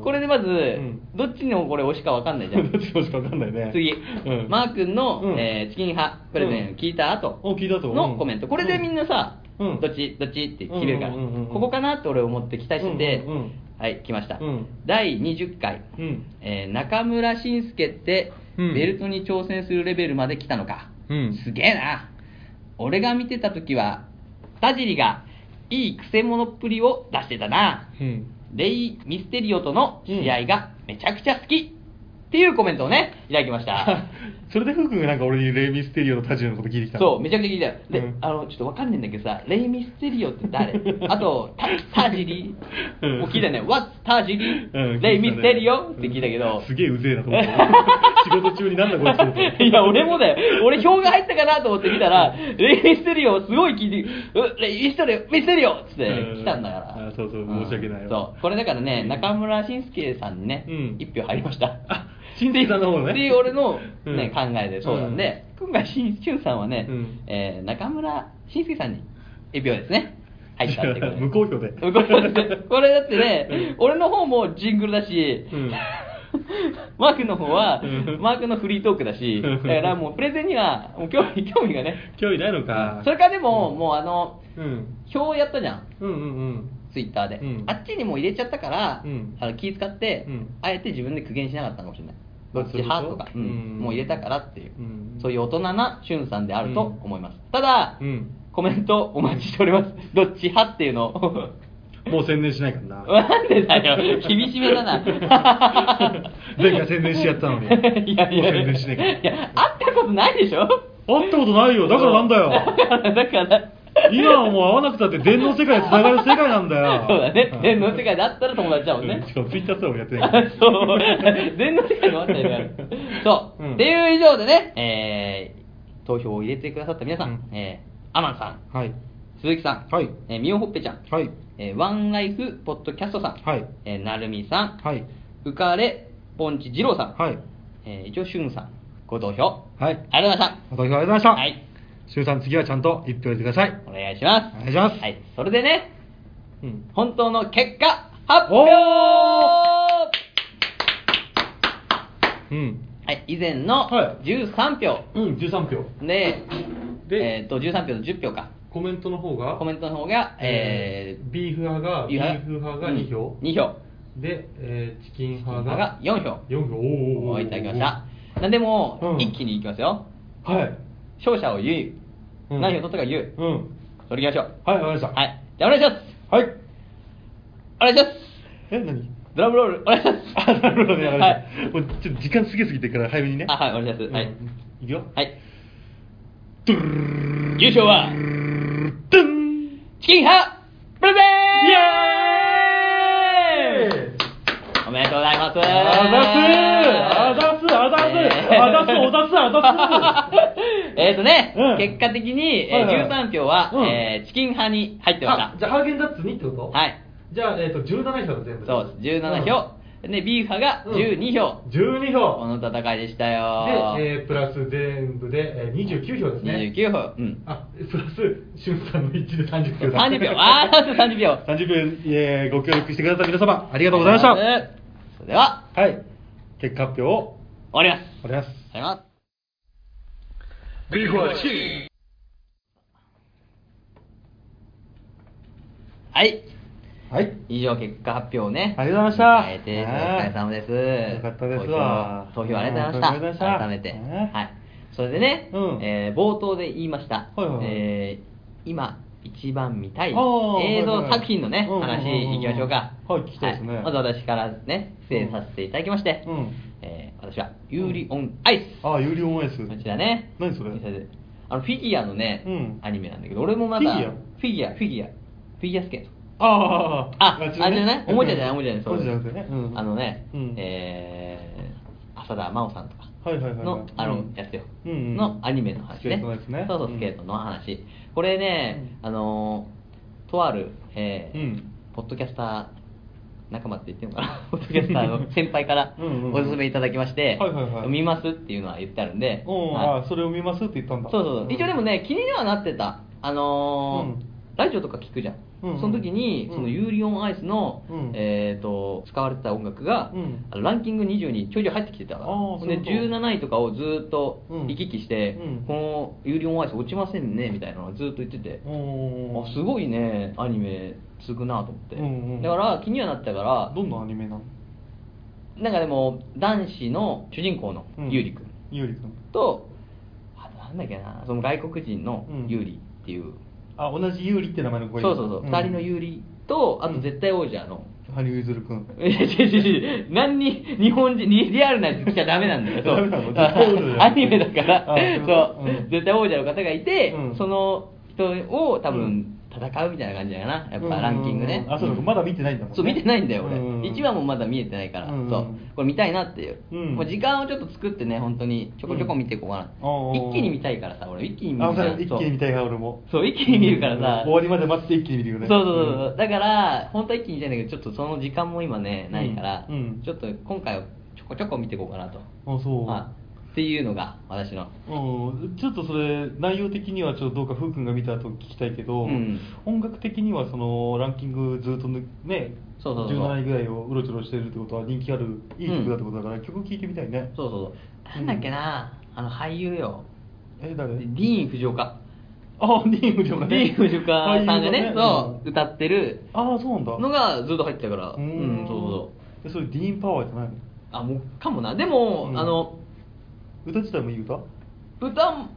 Speaker 2: ん
Speaker 3: これでまず、
Speaker 2: ん
Speaker 3: どっちのこれ推しかわかんないじゃん
Speaker 2: どっちもしか分かんないね
Speaker 3: 次、
Speaker 2: うん
Speaker 3: マー君の、
Speaker 2: うん
Speaker 3: えーチキン派プレゼン聞いた後
Speaker 2: お聞いたと
Speaker 3: のコメント、これでみんなさ、
Speaker 2: うん
Speaker 3: どっちどっちって決めるから、
Speaker 2: うんうんうんうん
Speaker 3: ここかなって俺思って期待してて、
Speaker 2: うんうんうん
Speaker 3: はい来ました、
Speaker 2: うん
Speaker 3: 第20回、
Speaker 2: うん
Speaker 3: えー中村慎介って、
Speaker 2: うん
Speaker 3: ベルトに挑戦するレベルまで来たのか、
Speaker 2: うん
Speaker 3: すげえな俺が見てた時は田尻がいいクセ者っぷりを出してたな
Speaker 2: うん
Speaker 3: レイ・ミステリオとの試合がめちゃくちゃ好き、っていうコメントをねいただきました
Speaker 2: それでふうくんがなんか俺にレイ・ミステリオのタジオのこと聞いてきたの
Speaker 3: そうめちゃくちゃ聞いたよ、で
Speaker 2: うん
Speaker 3: あのちょっとわかんないんだけどさレイ・ミステリオって 誰あとタタジリ
Speaker 2: うん
Speaker 3: もう聞いたよね「What's タジリ、
Speaker 2: うん
Speaker 3: レイ・ミ
Speaker 2: 聞いたね
Speaker 3: ステリオ?」って聞いたけど、
Speaker 2: うんすげえうぜえなと思って仕事中になんだこいつと思っ て
Speaker 3: いや、俺もだよ。俺、票が入ったかなと思って見たら、レイ・ミステリオをすごい聞いて、うレイ・ミステリオ、ミステリオっつって来たんだから。
Speaker 2: うんあそうそうん申し訳ないわ
Speaker 3: そう。これだからね、
Speaker 2: うん
Speaker 3: 中村慎介さんにね
Speaker 2: うん、
Speaker 3: 一票入りました。
Speaker 2: あ慎介さんの方ね
Speaker 3: っていう俺の
Speaker 2: うん
Speaker 3: ね、考えでそうなんで、今回、しんしゅんさんはね
Speaker 2: うん、
Speaker 3: えー中村慎介さんに一票ですね。入ったってことで
Speaker 2: 無効票で
Speaker 3: 無効票ですねこれだってね、
Speaker 2: うん
Speaker 3: 俺の方もジングルだし、
Speaker 2: うん
Speaker 3: マークの方は
Speaker 2: うん、
Speaker 3: マークのフリートークだし、だからもうプレゼンにはもう興味 興味がね。
Speaker 2: 興味ないのか
Speaker 3: それからでも、もうあの、
Speaker 2: うん
Speaker 3: 表やったじゃん、
Speaker 2: うんうんうん
Speaker 3: ツイッターで
Speaker 2: うん。
Speaker 3: あっちにもう入れちゃったから
Speaker 2: うん、
Speaker 3: あの気使って
Speaker 2: うん、
Speaker 3: あえて自分で苦言しなかったかもしれない。どっち派とか、
Speaker 2: う
Speaker 3: うんんもう入れたからっていう、
Speaker 2: うん
Speaker 3: そういう大人なしゅんさんであると思います、ただ、
Speaker 2: うん
Speaker 3: コメントお待ちしておりますどっち派っていうのを
Speaker 2: もう宣伝しないからな
Speaker 3: なんでだよ厳しめだな
Speaker 2: 前回宣伝しやったのに
Speaker 3: いやいや
Speaker 2: もう宣伝しないから
Speaker 3: いや会ったことないでしょ
Speaker 2: 会ったことないよだからなんだよ
Speaker 3: だからだから
Speaker 2: 今はもう会わなくたって電脳世界つながる世界なんだよ
Speaker 3: そうだね全の世界だったら友達だもんね、
Speaker 2: しかもツイッターすらもやってない
Speaker 3: あ
Speaker 2: から
Speaker 3: そう。全能世界の話題である。そう。
Speaker 2: うん
Speaker 3: っていう以上でね、えー、投票を入れてくださった皆さん、
Speaker 2: うん
Speaker 3: えー、アマンさん、
Speaker 2: はい
Speaker 3: 鈴木さん、
Speaker 2: はい
Speaker 3: えー、みおほっぺちゃん、
Speaker 2: はい
Speaker 3: えー、ワンライフポッドキャストさん、
Speaker 2: はい
Speaker 3: えー、なるみさん、
Speaker 2: はい、
Speaker 3: うかれポンチ二郎さん、
Speaker 2: はい
Speaker 3: えー、一応しゅんさん、ご投票、
Speaker 2: はい
Speaker 3: ありがとうございまし。
Speaker 2: 私はありがとうございましたた、
Speaker 3: はい。
Speaker 2: 周さん次はちゃんと一票入れてください
Speaker 3: お願いします。
Speaker 2: お願いします
Speaker 3: はい。それでね、
Speaker 2: うん
Speaker 3: 本当の結果発表
Speaker 2: おうん
Speaker 3: はい、以前の
Speaker 2: はい
Speaker 3: 13票、
Speaker 2: うん13票
Speaker 3: で
Speaker 2: で
Speaker 3: えー、と13票と10票か
Speaker 2: コメントの方が
Speaker 3: コメントの方が、えー、
Speaker 2: ビーフ派がビーフ派が2票、
Speaker 3: うん2票
Speaker 2: で、えーチキン
Speaker 3: 派
Speaker 2: 派
Speaker 3: が
Speaker 2: が
Speaker 3: 4票
Speaker 2: 4票おーおーおーお
Speaker 3: を
Speaker 2: ー
Speaker 3: いただきましたなんでもう、
Speaker 2: うん
Speaker 3: 一気にいきますよ
Speaker 2: はい
Speaker 3: 勝者を言う、
Speaker 2: うん
Speaker 3: 何票取ったか言う、
Speaker 2: うん
Speaker 3: それいきましょう
Speaker 2: はいわかりました
Speaker 3: はいじゃあお願いします
Speaker 2: はい
Speaker 3: お願いします
Speaker 2: え何
Speaker 3: ドラムロ ールお願いします
Speaker 2: あなるほどねわかりま
Speaker 3: は
Speaker 2: した、もうちょっと時間過ぎすぎてから早めにね
Speaker 3: いあはいお願いします、はい、
Speaker 2: いくよ
Speaker 3: はい優勝は
Speaker 2: ドゥン
Speaker 3: チキン派プレゼン
Speaker 2: イ
Speaker 3: エ
Speaker 2: エーイ
Speaker 3: おめでとうございます
Speaker 2: あざすあざすあざす、あざすおざすあざす
Speaker 3: えーとね、
Speaker 2: うん
Speaker 3: 結果的に、えー
Speaker 2: はいはいはい
Speaker 3: 13票は、
Speaker 2: うん
Speaker 3: えーチキン派に入ってました
Speaker 2: あじゃあハーゲンダッツにってこと
Speaker 3: はい
Speaker 2: じゃあ、えっと17票が全部
Speaker 3: そうです17票、でビーフ派が12票、
Speaker 2: 12
Speaker 3: こ
Speaker 2: 票
Speaker 3: の戦いでしたよ
Speaker 2: で、えープラス全部で、えー、29票ですね
Speaker 3: 29票うん
Speaker 2: あプラスしゅんさんの1で30票だ
Speaker 3: 30票ああ30票あり
Speaker 2: 30秒、えーご協力してくださった皆様あり
Speaker 3: が
Speaker 2: がとうございました
Speaker 3: それでは
Speaker 2: はい結果発表を
Speaker 3: 終わります
Speaker 2: お願いします
Speaker 3: さよなら
Speaker 2: ビーフはチキン
Speaker 3: はい
Speaker 2: はい
Speaker 3: 以上結果発表をね
Speaker 2: ありがとうございました
Speaker 3: 迎えてお疲れ様です
Speaker 2: よかったですわ
Speaker 3: 投票投票ありがとうございました
Speaker 2: うんありがとうございました
Speaker 3: 改めて
Speaker 2: ね
Speaker 3: はいそれでね、
Speaker 2: うん
Speaker 3: えー冒頭で言いました、
Speaker 2: はいはいはい
Speaker 3: えー今一番見たい
Speaker 2: あー
Speaker 3: 映像作品のね、
Speaker 2: はいはいはい
Speaker 3: 話いきましょうか
Speaker 2: うんうんうんうんはい聞きたいですね
Speaker 3: まず私からね出演させていただきまして、
Speaker 2: うん
Speaker 3: えー私は「ユーリ・オン・アイス」
Speaker 2: ああ有料オンエス
Speaker 3: こちらね
Speaker 2: 何それ
Speaker 3: あのフィギュアのね、
Speaker 2: うん
Speaker 3: アニメなんだけど俺もまだ
Speaker 2: フィギュア
Speaker 3: フィギュアフィギュアフィギュアスケート
Speaker 2: ああ
Speaker 3: あ、あれじゃないおもちゃじゃない、おもちゃじゃない、
Speaker 2: おもちゃじゃなくてね、うん
Speaker 3: あのね
Speaker 2: うん、
Speaker 3: えー、浅田真央さんとか。
Speaker 2: はいはいはいはい
Speaker 3: の、あ
Speaker 2: う
Speaker 3: の
Speaker 2: ん、
Speaker 3: やつよ。
Speaker 2: うんうん
Speaker 3: のアニメの話ね。
Speaker 2: スケートのやつね
Speaker 3: そうそう
Speaker 2: う、ん
Speaker 3: スケートの話。これね、あのー、とある、えー
Speaker 2: うん
Speaker 3: ポッドキャスター、仲間って言ってんのかな ポッドキャスターの先輩から
Speaker 2: うんうんうん
Speaker 3: おすすめいただきまして
Speaker 2: はいはいはい
Speaker 3: 見ますっていうのは言ってあるんで、
Speaker 2: うん
Speaker 3: はい
Speaker 2: あそれを見ますって言ったんだ
Speaker 3: そうそうそう一応でもね気にはなってたあのー
Speaker 2: うん
Speaker 3: ラジオとか聞くじゃん、
Speaker 2: うんうん
Speaker 3: その時に、
Speaker 2: うん
Speaker 3: そのユーリオンアイスの、
Speaker 2: うん
Speaker 3: えー、と使われてた音楽が、
Speaker 2: うん
Speaker 3: あのランキング20にちょいちょい入ってきてたから
Speaker 2: あー
Speaker 3: ほんで
Speaker 2: そうそう
Speaker 3: 17位とかをずーっと
Speaker 2: うん
Speaker 3: 行き来して、
Speaker 2: うん
Speaker 3: このユーリオンアイス落ちませんねみたいなのをずーっと言ってて、
Speaker 2: お
Speaker 3: あすごいねアニメ続くなと思って、
Speaker 2: うんうん
Speaker 3: だから気にはなってたから
Speaker 2: どんなアニメなの
Speaker 3: なんかでも男子の主人公のユーリ君、
Speaker 2: ゆうりくん
Speaker 3: とあとなんだっけなその外国人の
Speaker 2: うん
Speaker 3: 有利っていう、
Speaker 2: あ同じゆうりって名前の子
Speaker 3: そうそうそう、二2人の有
Speaker 2: り
Speaker 3: 利とあ
Speaker 2: う
Speaker 3: と
Speaker 2: ん
Speaker 3: 絶対王者の、
Speaker 2: 羽生結弦くん
Speaker 3: え違う違う違う何に日本人にリアルなやつじゃダメなんだよ
Speaker 2: ダメなの絶対王者じゃん
Speaker 3: アニメだから
Speaker 2: あ
Speaker 3: そう、
Speaker 2: うん
Speaker 3: 絶対王者の方がいて、
Speaker 2: うん
Speaker 3: その人を多
Speaker 2: う
Speaker 3: 分戦うみたいな感じだなやっぱランキングね、
Speaker 2: うんあそうかまだ見てないんだもん ね
Speaker 3: そう見てないんだよ俺、
Speaker 2: うん
Speaker 3: 一1話もまだ見えてないから、
Speaker 2: うん
Speaker 3: そうこれ見たいなっていう、
Speaker 2: うん
Speaker 3: もう時間をちょっと作ってね本当にちょこちょこ見ていこうかな、
Speaker 2: うん
Speaker 3: 一気に見たいからさ俺一気に見
Speaker 2: あ
Speaker 3: る
Speaker 2: そ
Speaker 3: じゃ
Speaker 2: うん一気に見たいから俺も
Speaker 3: そう一気に見るからさ
Speaker 2: うん終わりまで待って一気に見るよ
Speaker 3: そう
Speaker 2: ね
Speaker 3: そうそうそう、だから本当は一気に見たいんだけどちょっとその時間も今ねないから、
Speaker 2: うんうん
Speaker 3: ちょっと今回はちょこちょこ見ていこうかなと
Speaker 2: うんあそう
Speaker 3: まあっていうのが私の
Speaker 2: うん、ちょっとそれ内容的にはちょっとどうかふうくんが見た後聞きたいけど、
Speaker 3: うん
Speaker 2: 音楽的にはそのランキングずっとぬね
Speaker 3: そうそうそう
Speaker 2: 17位ぐらいをうろちょろしてるってことは人気あるいい曲だってことだから、曲聴いてみたいね
Speaker 3: そうそうそうなんだっけな、あの俳優よ
Speaker 2: え誰
Speaker 3: ディーン・フジオカ
Speaker 2: あディーン・フジョカね
Speaker 3: ディーン・フジオカさんがね
Speaker 2: 俳優
Speaker 3: そう、
Speaker 2: ん
Speaker 3: 歌ってる
Speaker 2: ああそうなんだ
Speaker 3: のがずっと入ってたから
Speaker 2: ーん
Speaker 3: うんそうそう
Speaker 2: えそれディーン・パワーじゃないの
Speaker 3: あもうかもなでも、
Speaker 2: うん
Speaker 3: あの
Speaker 2: 歌自体もいい歌
Speaker 3: 歌も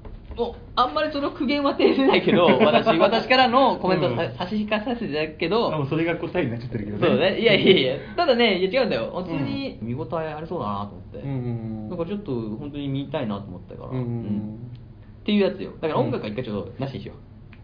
Speaker 3: あんまりその苦言は呈せない けど私私からのコメントをさ,、
Speaker 2: うん
Speaker 3: 差し引かさせていただくけ
Speaker 2: あも
Speaker 3: ど
Speaker 2: うそれが答えになっちゃってるけ
Speaker 3: そ
Speaker 2: ど
Speaker 3: う
Speaker 2: ね
Speaker 3: だねいやいやいやただねいや違うんだよ普通に見応えありそうだなと思って、
Speaker 2: うんうんうん
Speaker 3: なんかちょっと本当に見たいなと思ったから、
Speaker 2: うんうんうん
Speaker 3: っていうやつよだから音楽は一回ちょっとなしにしよ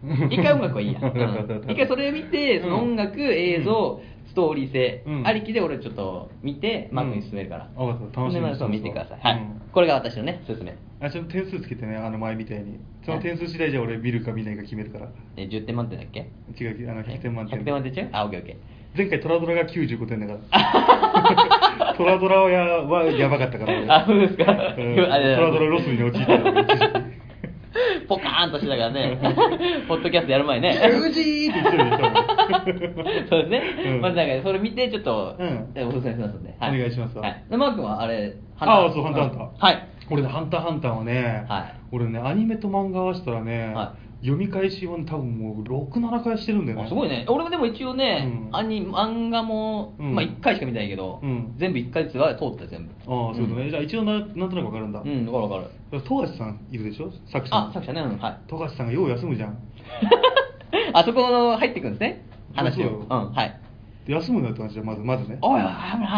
Speaker 3: う、
Speaker 2: うん
Speaker 3: 一回音楽はいい や、
Speaker 2: わかったわかった
Speaker 3: 一回それ見てその音楽、映像ストーリー性、
Speaker 2: うん
Speaker 3: ありきで俺ちょっと見てマークに進めるから、
Speaker 2: うんわかった楽しみにしてます
Speaker 3: そ
Speaker 2: わ
Speaker 3: う見てください、はい
Speaker 2: うん
Speaker 3: これが私のねおすすめ
Speaker 2: あちょっと点数つけてねあの前みたいにその点数次第じゃ俺見るか見ないか決めるから
Speaker 3: え10点満点だっけ
Speaker 2: 違うあの100点満点
Speaker 3: 100点満点ちゃうあオッケーオッケー
Speaker 2: 前回トラドラが95点だから トラドラはやはやばかったから俺
Speaker 3: あそうですか
Speaker 2: うん
Speaker 3: 今あれ
Speaker 2: トラドラロスに陥った から一時
Speaker 3: ポカーンとしてたからねポッドキャストやる前ね
Speaker 2: うじーって言ってるで し
Speaker 3: そうですね、
Speaker 2: うん
Speaker 3: まずなんかそれ見てちょっと、
Speaker 2: うん
Speaker 3: おすすめしますんで、
Speaker 2: お願いしますわ
Speaker 3: はい、でマー君はあれ
Speaker 2: あそうハンターハンター
Speaker 3: はい
Speaker 2: 俺ね「ハンターハンター」はね、
Speaker 3: はい
Speaker 2: 俺ねアニメと漫画合わせたらね、
Speaker 3: は
Speaker 2: 読み返しをね多分もう67回してるんだよね
Speaker 3: あすごいね俺もでも一応ね、
Speaker 2: うん
Speaker 3: アニ漫画も、
Speaker 2: うん
Speaker 3: まあ、1回しか見てないけど、
Speaker 2: うん
Speaker 3: 全部1回ずつは通ったよ全部
Speaker 2: ああそういうことね、
Speaker 3: ん
Speaker 2: じゃあ一応ななんとなくわかるんだ、
Speaker 3: うんわかるわかる
Speaker 2: 富樫さんいるでしょ作者
Speaker 3: あ
Speaker 2: の
Speaker 3: 作者ねうんはい
Speaker 2: 富樫さんがよう休むじゃん
Speaker 3: あそこの入ってくんですね話を
Speaker 2: そう
Speaker 3: う
Speaker 2: そ
Speaker 3: ん
Speaker 2: う
Speaker 3: はい
Speaker 2: で休むなって話だよまずまずね
Speaker 3: おいおいおい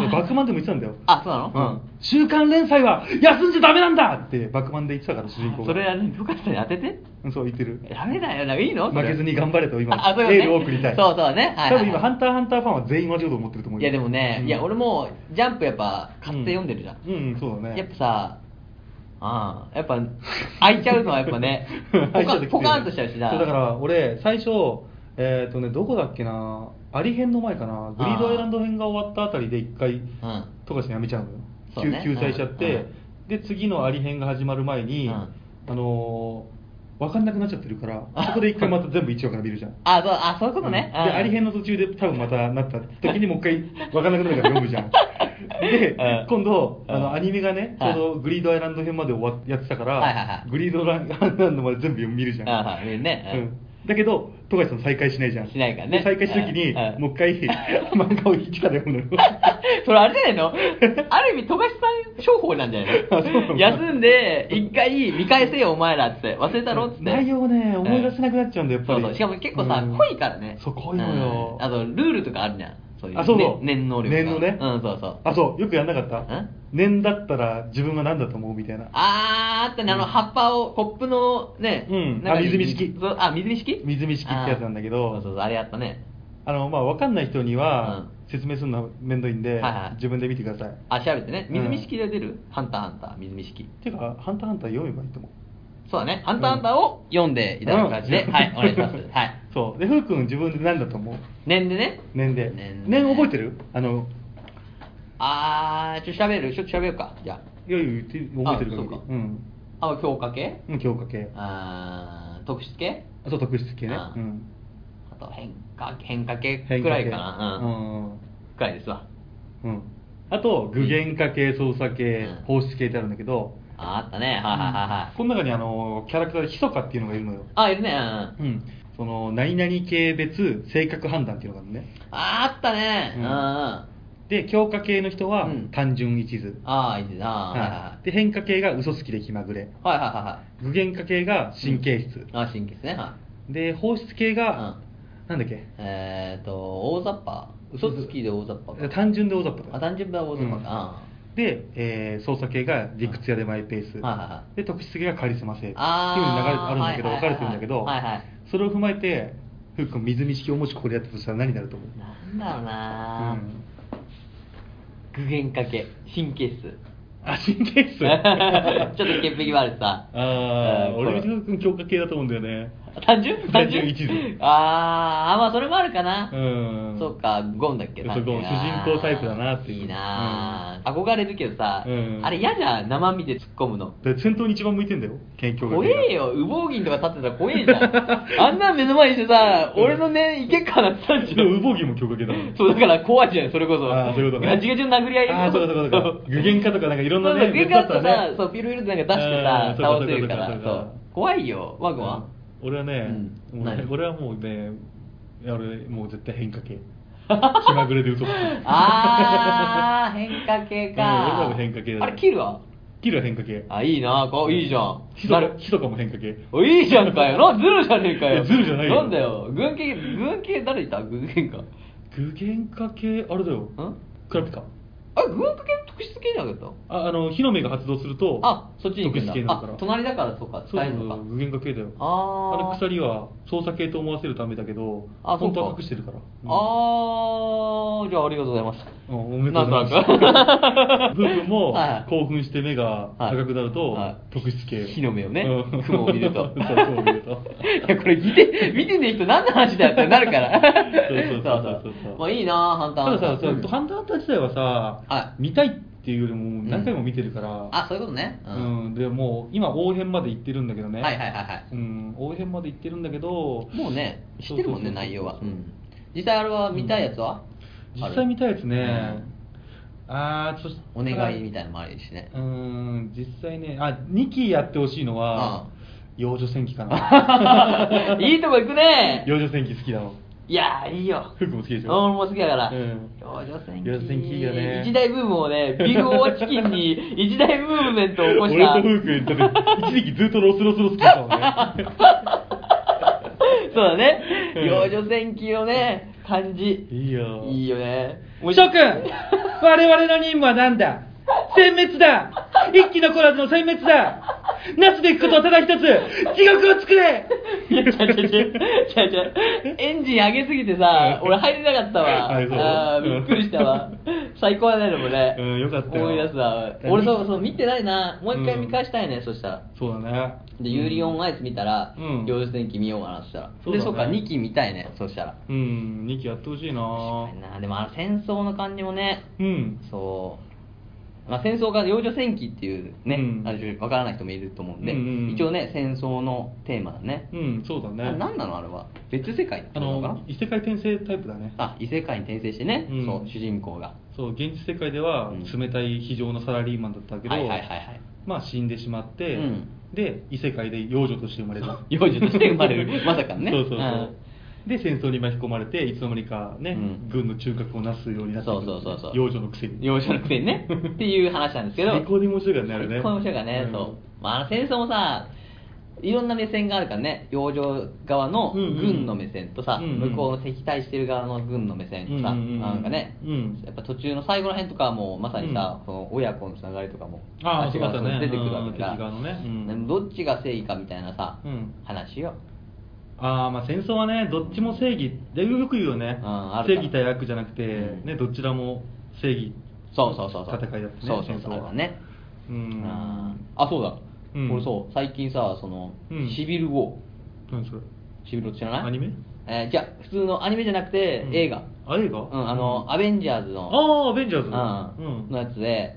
Speaker 3: おいおい
Speaker 2: バックマンでも言ってたんだよ
Speaker 3: あそうなの
Speaker 2: うん週刊連載は休んじゃダメなんだってバックマンで言ってたから主人公が
Speaker 3: それはねよかったに当てて
Speaker 2: うんそう言ってる
Speaker 3: ダメだよないいのそ
Speaker 2: 負
Speaker 3: れ
Speaker 2: けずに頑張れと今
Speaker 3: あそういうことね
Speaker 2: エールを送りたい
Speaker 3: そうそうねはいはい
Speaker 2: 多分今「ハンターハンター」ファンは全員同じこと思ってると思う
Speaker 3: い
Speaker 2: よ
Speaker 3: やでもね、
Speaker 2: うん
Speaker 3: いや俺もジャンプやっぱ買って読んでるじゃん、
Speaker 2: うん、うんそうだね
Speaker 3: やっぱさああやっぱ開いちゃうのはやっぱ ねポカポカンとしちゃうしな
Speaker 2: そうだから俺最初えっ、とねどこだっけなアリ編の前かなグリードアイランド編が終わったあたりで一回
Speaker 3: うん
Speaker 2: 富樫さん辞めちゃうのよ
Speaker 3: そうね
Speaker 2: 救救済しちゃって、で次のアリ編が始まる前に、
Speaker 3: うん
Speaker 2: あのー分かんなくなっちゃってるからそこで一回また全部1話から見るじゃん
Speaker 3: あそうあそういうことね、
Speaker 2: で、アリ編
Speaker 3: の
Speaker 2: の途中で多分またなった時にもう 一回分からなくなるから読むじゃん。で
Speaker 3: うん、
Speaker 2: 今度、あ
Speaker 3: うん
Speaker 2: の、アニメがね、ち
Speaker 3: は
Speaker 2: ょ
Speaker 3: いう
Speaker 2: どグリードアイランド編まで終わっやってたか
Speaker 3: はいはいは
Speaker 2: ら
Speaker 3: い、
Speaker 2: グリードアイランドまで全部見るじゃん。
Speaker 3: あはい見るねうん
Speaker 2: うんだけど、富樫さん再開しないじゃん。
Speaker 3: しないからね
Speaker 2: で再開した時に
Speaker 3: うんう、ん
Speaker 2: もう 一回、漫画を一から読むのよ。
Speaker 3: それあれじゃない のある意味富樫さん商法なんじゃない
Speaker 2: あそうな
Speaker 3: の
Speaker 2: の
Speaker 3: 休んで一回見返せよお前らっつって忘れたろっつって
Speaker 2: 内容をね、思い出せなくなっちゃうんだよ、やっぱり。
Speaker 3: そうそうしかも結構さ、
Speaker 2: うん
Speaker 3: 濃いからね
Speaker 2: そう、濃いのよ
Speaker 3: うん。あとルールとかあるじゃんそういう
Speaker 2: あ、そうそう。
Speaker 3: ね念能力が
Speaker 2: 念のね。
Speaker 3: うんそうそう
Speaker 2: あ、そう。よくやんなかった
Speaker 3: ん
Speaker 2: 念だったら自分は何だと思うみたいな。
Speaker 3: あーあったね、あの葉っぱを、コップのね、
Speaker 2: うん
Speaker 3: 中に
Speaker 2: あ水見式
Speaker 3: そうあ、水見式
Speaker 2: 水見式ってやつなんだけど
Speaker 3: あーそうそうそう、あれやったね。
Speaker 2: あの、まあ、わかんない人に
Speaker 3: う
Speaker 2: は
Speaker 3: ん、
Speaker 2: 説明するのはめんどいんで、
Speaker 3: はいはい
Speaker 2: 自分で見てください。っ
Speaker 3: あ、調べてね。
Speaker 2: うん
Speaker 3: 水見式で出る、ハンターハンター、水見式。
Speaker 2: ていうか、ハンターハンター読めばいいと思う。
Speaker 3: そうだね、ハンターハンターを読んでいただく感じで、
Speaker 2: うん
Speaker 3: はい、お願いし ます。はい。
Speaker 2: そう。で、ふうくん自分で何だと思う
Speaker 3: 年でね。
Speaker 2: 年で。
Speaker 3: 念で
Speaker 2: 年覚えてるあの、
Speaker 3: あー、ちょっと喋る、ちょっと喋るか。じゃ
Speaker 2: いやいや言って覚えて
Speaker 3: あ
Speaker 2: る
Speaker 3: そう
Speaker 2: 限り
Speaker 3: か
Speaker 2: うん。
Speaker 3: あ。あ、強化系
Speaker 2: うん強化系。
Speaker 3: あー、特質系
Speaker 2: あそう、特質系ね。
Speaker 3: あ
Speaker 2: うん。
Speaker 3: あと変化、変化系
Speaker 2: 変
Speaker 3: く
Speaker 2: 化
Speaker 3: ら
Speaker 2: 系
Speaker 3: いかな。うん。
Speaker 2: うん
Speaker 3: くらいですわ。
Speaker 2: うん。あと、具現化系、操作系
Speaker 3: うん、
Speaker 2: 放出系ってあるんだけど、
Speaker 3: あーあったね、はいはいはいはい。
Speaker 2: この中にあの、キャラクターでヒソカっていうのがいるのよ。
Speaker 3: あ、いるね、うん。
Speaker 2: うん。その、何々系別性格判断っていうのがあるのね。
Speaker 3: あーあったね、
Speaker 2: う
Speaker 3: う
Speaker 2: ん
Speaker 3: んうんあ
Speaker 2: で強化系の人は
Speaker 3: うん
Speaker 2: 単純一途、
Speaker 3: あいいですああ
Speaker 2: はいで変化系が嘘つきで気まぐれ
Speaker 3: はいはいはいはい
Speaker 2: 具現化系が神経質、
Speaker 3: ああ神経ですねはい
Speaker 2: で放出系が、なんだっけ
Speaker 3: えっ、ー、と大雑把嘘つきで大雑把か
Speaker 2: 単純で大雑把
Speaker 3: あ
Speaker 2: だ
Speaker 3: 単純は大雑把か、
Speaker 2: で、えー操作系が理屈屋でマイペー
Speaker 3: は
Speaker 2: ス、
Speaker 3: いはいは
Speaker 2: で特質系がカリスマ性っていう
Speaker 3: あー
Speaker 2: のに流れあるんだけど、
Speaker 3: はいは
Speaker 2: 分
Speaker 3: いはい
Speaker 2: かれてるんだけど、
Speaker 3: はいはい
Speaker 2: それを踏まえてふうくん水見式をもしこれやったとしたら何になると思う
Speaker 3: うん、なんだろうな、
Speaker 2: うん
Speaker 3: 具現化系神経質
Speaker 2: あ神経 質
Speaker 3: ちょっと潔癖悪いさ
Speaker 2: ああ
Speaker 3: うん
Speaker 2: 俺
Speaker 3: これ
Speaker 2: ふうくん強化系だと思うんだよね
Speaker 3: 単純
Speaker 2: 単純一途
Speaker 3: あーあまあそれもあるかな
Speaker 2: うん
Speaker 3: そうかゴンだっけ
Speaker 2: そう
Speaker 3: 単純
Speaker 2: ゴン主人公タイプだなっていう
Speaker 3: いいな、憧れるけどさ、
Speaker 2: うん
Speaker 3: あれ嫌じゃん生身で突っ込むの
Speaker 2: で先頭に一番向いてんだよ県境が
Speaker 3: 怖えよ羽毛銀とか立ってたら怖えじゃ んあんなん目の前にしてさ俺のねいけっかなってたんじゃ
Speaker 2: でも
Speaker 3: ん
Speaker 2: 羽毛銀も強化系だもん
Speaker 3: そうだから怖いじゃんそれこそ
Speaker 2: あーそういうことね
Speaker 3: ガチガチの殴り合い
Speaker 2: あーそうかそうかそうか具現化とかなんかいろんなね
Speaker 3: そうそう具現化って
Speaker 2: 別だったら
Speaker 3: さ
Speaker 2: ね
Speaker 3: そうピルピルってなんか出して
Speaker 2: う
Speaker 3: さ
Speaker 2: んそうか
Speaker 3: 倒せるから
Speaker 2: そ
Speaker 3: そう
Speaker 2: かそうかそう
Speaker 3: う
Speaker 2: か
Speaker 3: 怖いよワゴン
Speaker 2: う
Speaker 3: は
Speaker 2: ん俺はね,
Speaker 3: う
Speaker 2: も
Speaker 3: ん
Speaker 2: うね、
Speaker 3: 何
Speaker 2: 俺はもうね俺もう絶対変化系気まぐれで嘘つく。
Speaker 3: あー、変化系
Speaker 2: うん俺ら
Speaker 3: か
Speaker 2: も。変化系だ
Speaker 3: あれ、切るわ。
Speaker 2: キルは変化系。
Speaker 3: あ、いいな、こう、いいじゃん。
Speaker 2: ヒ
Speaker 3: な
Speaker 2: ソ
Speaker 3: る
Speaker 2: ヒソカも変化系。
Speaker 3: おいいじゃんかよ。な、ズルじゃねえか
Speaker 2: い
Speaker 3: よ。
Speaker 2: やズルじゃないよ
Speaker 3: なんだよ。軍系、軍系誰いた軍系か。ん
Speaker 2: 具現化系、あれだよ。クラピカ。
Speaker 3: あ、軍系特質系じゃなかった
Speaker 2: あ、あの、火の目が発動すると、
Speaker 3: あ、そっちに行くん
Speaker 2: 特
Speaker 3: だ
Speaker 2: 殊系。なんだか
Speaker 3: あ
Speaker 2: ら。、
Speaker 3: 隣だからそうか、
Speaker 2: そう
Speaker 3: 近い
Speaker 2: そう
Speaker 3: の
Speaker 2: そ
Speaker 3: か
Speaker 2: う、。具現化系だよ。
Speaker 3: あー
Speaker 2: あれ鎖は操作系と思わせるためだけど、
Speaker 3: あそうか
Speaker 2: 本当は隠してるから。うん
Speaker 3: あー、じゃあありがとうございます。
Speaker 2: うんおめでとうござい
Speaker 3: なんと
Speaker 2: ます。ブーブーも
Speaker 3: はい
Speaker 2: 興奮して目が高くなると
Speaker 3: は、い
Speaker 2: 特質系。
Speaker 3: 火の目をね
Speaker 2: うん、
Speaker 3: 雲を見ると
Speaker 2: そう、。雲を見ると。
Speaker 3: いや、これ見て、見てねえ人何の話だよってなるから。
Speaker 2: そうそうそうそうそう
Speaker 3: まあいい なハンター
Speaker 2: たださ、
Speaker 3: うん
Speaker 2: そうハンターハンター自体は
Speaker 3: は
Speaker 2: さ、見たいっていうよりも何回も見てるから、
Speaker 3: あ、そういうことね。うん
Speaker 2: うん、でもう今応変まで行ってるんだけどね、
Speaker 3: はいはいはいはい
Speaker 2: うん、応変まで行ってるんだけど
Speaker 3: もうね、知ってるもんね、
Speaker 2: そうそうそうそう
Speaker 3: 内容は。うん実際あれは見たいやつは
Speaker 2: 実際見たいやつ
Speaker 3: あ
Speaker 2: ね
Speaker 3: る、
Speaker 2: あーそし
Speaker 3: お願いみたいなのもあるしね
Speaker 2: う。ん実際ねあ2期やってほしいのは、
Speaker 3: ああ
Speaker 2: 幼女戦記かな
Speaker 3: いいとこ行くね
Speaker 2: 幼女戦記好きなの
Speaker 3: いやー、いいよ。
Speaker 2: 服も好きでし
Speaker 3: 俺
Speaker 2: ょ
Speaker 3: も好きだから。
Speaker 2: う
Speaker 3: 幼女戦
Speaker 2: ん
Speaker 3: 記。
Speaker 2: 幼女戦記いいよね
Speaker 3: 一大ブームをね、ビッグオーチキンに一大ブームメントを起こし
Speaker 2: 俺
Speaker 3: た。
Speaker 2: とフー君だって一時期ずっとロスロスロス聞いたもん ね
Speaker 3: そうだね
Speaker 2: うん。
Speaker 3: 幼女戦記のね、感じ。
Speaker 2: いいよ
Speaker 3: いいよね。
Speaker 2: 諸君我々の任務は何だ殲滅だ一気残らずの殲滅だなすべきことはただ一つ地獄を作れ
Speaker 3: いや、違う違う違う違う違うエンジン上げすぎてさ、俺入れなかった わ。
Speaker 2: はいそう
Speaker 3: あーびっくりしたわ。最高だね、でもね。
Speaker 2: うんよかったよ
Speaker 3: 思い出すわ。俺そうそう、見てないな。もう一回見返したいね、そしたら。
Speaker 2: そうだね
Speaker 3: で、ユーリオンアイス見たら、
Speaker 2: うん
Speaker 3: 幼女戦記見ようかな、そしたら。
Speaker 2: そうだね
Speaker 3: で、そうか、2期見たいね、そしたら。
Speaker 2: うん2期やってほしいな
Speaker 3: 確かになでもあの戦争の感じもね、
Speaker 2: うん
Speaker 3: そう、まあ、戦争が幼女戦記っていうね、
Speaker 2: うん
Speaker 3: あれわからない人もいると思うんで、
Speaker 2: うんうんうん
Speaker 3: 一応ね戦争のテーマだね、
Speaker 2: うんそうだ
Speaker 3: あれ
Speaker 2: ね
Speaker 3: 何なのあれは別世界ってこ
Speaker 2: あ
Speaker 3: となのか
Speaker 2: の異世界転生タイプだね
Speaker 3: なあ異世界に転生してね、
Speaker 2: うん
Speaker 3: そう主人公が
Speaker 2: そう現実世界では
Speaker 3: うん
Speaker 2: 冷たい非常のサラリーマンだったけど、
Speaker 3: はいはいはいはい
Speaker 2: まあ死んでしまって、
Speaker 3: うん
Speaker 2: で異世界で幼女として生まれた
Speaker 3: 幼女として生まれ る まさかのね
Speaker 2: そうそうそう、
Speaker 3: ん
Speaker 2: で戦争に巻き込まれていつの間にかね、
Speaker 3: うん
Speaker 2: 軍の中核をなすようになっていく
Speaker 3: そうそうそうそう
Speaker 2: 幼女のくせに
Speaker 3: 幼女のくせに ねっていう話なんですけど
Speaker 2: 最高に面白いからねあれね
Speaker 3: 最高に面白いからね、
Speaker 2: うん
Speaker 3: そう、まあ、あの戦争もさいろんな目線があるからね養女側の
Speaker 2: うんうん
Speaker 3: 軍の目線とさ、
Speaker 2: うんうん
Speaker 3: 向こうの敵対してる側の軍の目線とさ、
Speaker 2: うんうんうん
Speaker 3: なんかね、
Speaker 2: うん
Speaker 3: やっぱ途中の最後ら辺とかはもうまさにさ、
Speaker 2: うん
Speaker 3: この親子のつながりとかも
Speaker 2: あー
Speaker 3: っち側
Speaker 2: そうだね
Speaker 3: 出てくるわけだ
Speaker 2: うん敵側のねうん
Speaker 3: でもどっちが正義かみたいなさ、
Speaker 2: うん
Speaker 3: 話よ
Speaker 2: あーまあ戦争はねどっちも正義でよく言うよね、
Speaker 3: うんあるから
Speaker 2: 正義対悪じゃなくて、
Speaker 3: うん
Speaker 2: ねどちらも正義
Speaker 3: そうそうそうそう
Speaker 2: 戦いだったね
Speaker 3: そうそう
Speaker 2: 戦争
Speaker 3: そう
Speaker 2: は
Speaker 3: だからね
Speaker 2: うん
Speaker 3: あーあそうだ、
Speaker 2: うん
Speaker 3: 俺そう最近さその、
Speaker 2: うん
Speaker 3: シビルウォー
Speaker 2: 何それ
Speaker 3: シビルウォー知らない
Speaker 2: アニメ
Speaker 3: えー、じゃ普通のアニメじゃなくて、
Speaker 2: うん
Speaker 3: 映画
Speaker 2: あ映画
Speaker 3: うんあの、アベンジャーズの
Speaker 2: ああアベンジャーズ
Speaker 3: うん
Speaker 2: うん
Speaker 3: のやつで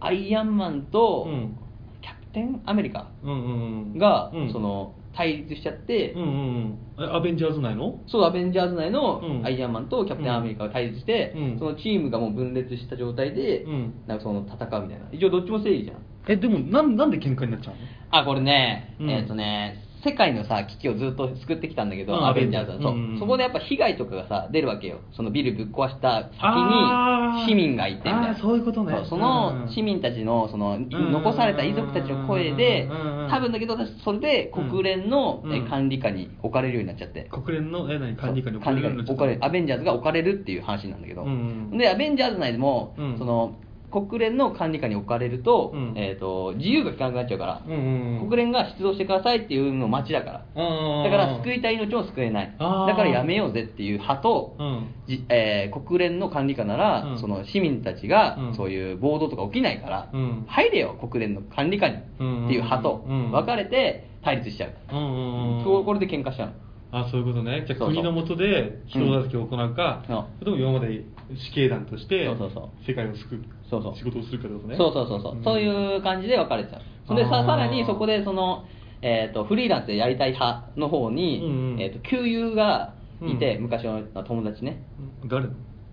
Speaker 3: アイアンマンと、
Speaker 2: うん
Speaker 3: キャプテンアメリカ
Speaker 2: うんうんうん
Speaker 3: が、
Speaker 2: うん
Speaker 3: その対立しちゃって、
Speaker 2: うんうんうんえアベンジャーズ内の
Speaker 3: そうアベンジャーズ内の
Speaker 2: うん
Speaker 3: アイアンマンとキャプテンアメリカが対立して、
Speaker 2: うん
Speaker 3: そのチームがもう分裂した状態で、
Speaker 2: うん
Speaker 3: なんかその戦うみたいな一応どっちも正義じゃん
Speaker 2: えでもなんなんで喧嘩になっちゃう
Speaker 3: あこれね、
Speaker 2: うん
Speaker 3: えっ、とね世界のさ危機をずっと救ってきたんだけど、
Speaker 2: うん
Speaker 3: アベンジャーズは、そう
Speaker 2: うんうんうん
Speaker 3: そこでやっぱ被害とかがさ出るわけよそのビルぶっ壊した
Speaker 2: あ
Speaker 3: 先
Speaker 2: ー
Speaker 3: に市民がいてみたいな
Speaker 2: あーそういうことね
Speaker 3: そうそ
Speaker 2: うんうん
Speaker 3: の市民たちのその
Speaker 2: ん
Speaker 3: 残された遺族たちの声で
Speaker 2: うんうんうん
Speaker 3: 多分だけど私それで国連の
Speaker 2: うん
Speaker 3: え管理下に置かれるようになっちゃって、
Speaker 2: の国連のえ何管理下に置
Speaker 3: 管理下
Speaker 2: よう
Speaker 3: に
Speaker 2: なっちゃ
Speaker 3: 置
Speaker 2: っ
Speaker 3: か
Speaker 2: た
Speaker 3: れるアベンジャーズが置かれるっていう話なんだけど、
Speaker 2: うんうん
Speaker 3: でアベンジャーズ内でも、
Speaker 2: うん
Speaker 3: その国連の管理下に置かれると,、
Speaker 2: うん
Speaker 3: えー、と自由が利かなくなっちゃうから、
Speaker 2: うんうんうん
Speaker 3: 国連が出動してくださいっていうのを町だから、
Speaker 2: う
Speaker 3: だ
Speaker 2: ん
Speaker 3: から救いたい命を救えない、だ
Speaker 2: あー
Speaker 3: からやめようぜっていう派と、
Speaker 2: うん
Speaker 3: じえー国連の管理下なら、
Speaker 2: うん
Speaker 3: その市民たちが、
Speaker 2: うん
Speaker 3: そういう暴動とか起きないから、
Speaker 2: うん
Speaker 3: 入れよ、国連の管理下に、
Speaker 2: うん
Speaker 3: っていう派と
Speaker 2: うん
Speaker 3: 分かれて対立しちゃう、
Speaker 2: うんうんうん
Speaker 3: そうこれで喧嘩しちゃうの。
Speaker 2: あそういうことねじゃあ
Speaker 3: そうそう
Speaker 2: 国の下で人助けを行うか、
Speaker 3: うん
Speaker 2: それとも今まで死刑団として
Speaker 3: そうそうそ
Speaker 2: 世界を救う
Speaker 3: そうそう
Speaker 2: 仕事をするかってことね
Speaker 3: そうそうそうそう、
Speaker 2: ん
Speaker 3: そういう感じで分かれちゃうそれで
Speaker 2: あ
Speaker 3: さ
Speaker 2: ー
Speaker 3: さらにそこでその、えー、とフリーランスでやりたい派の方に、
Speaker 2: うんうん
Speaker 3: えー、と旧友がいて、
Speaker 2: うん
Speaker 3: 昔の友達ね
Speaker 2: 誰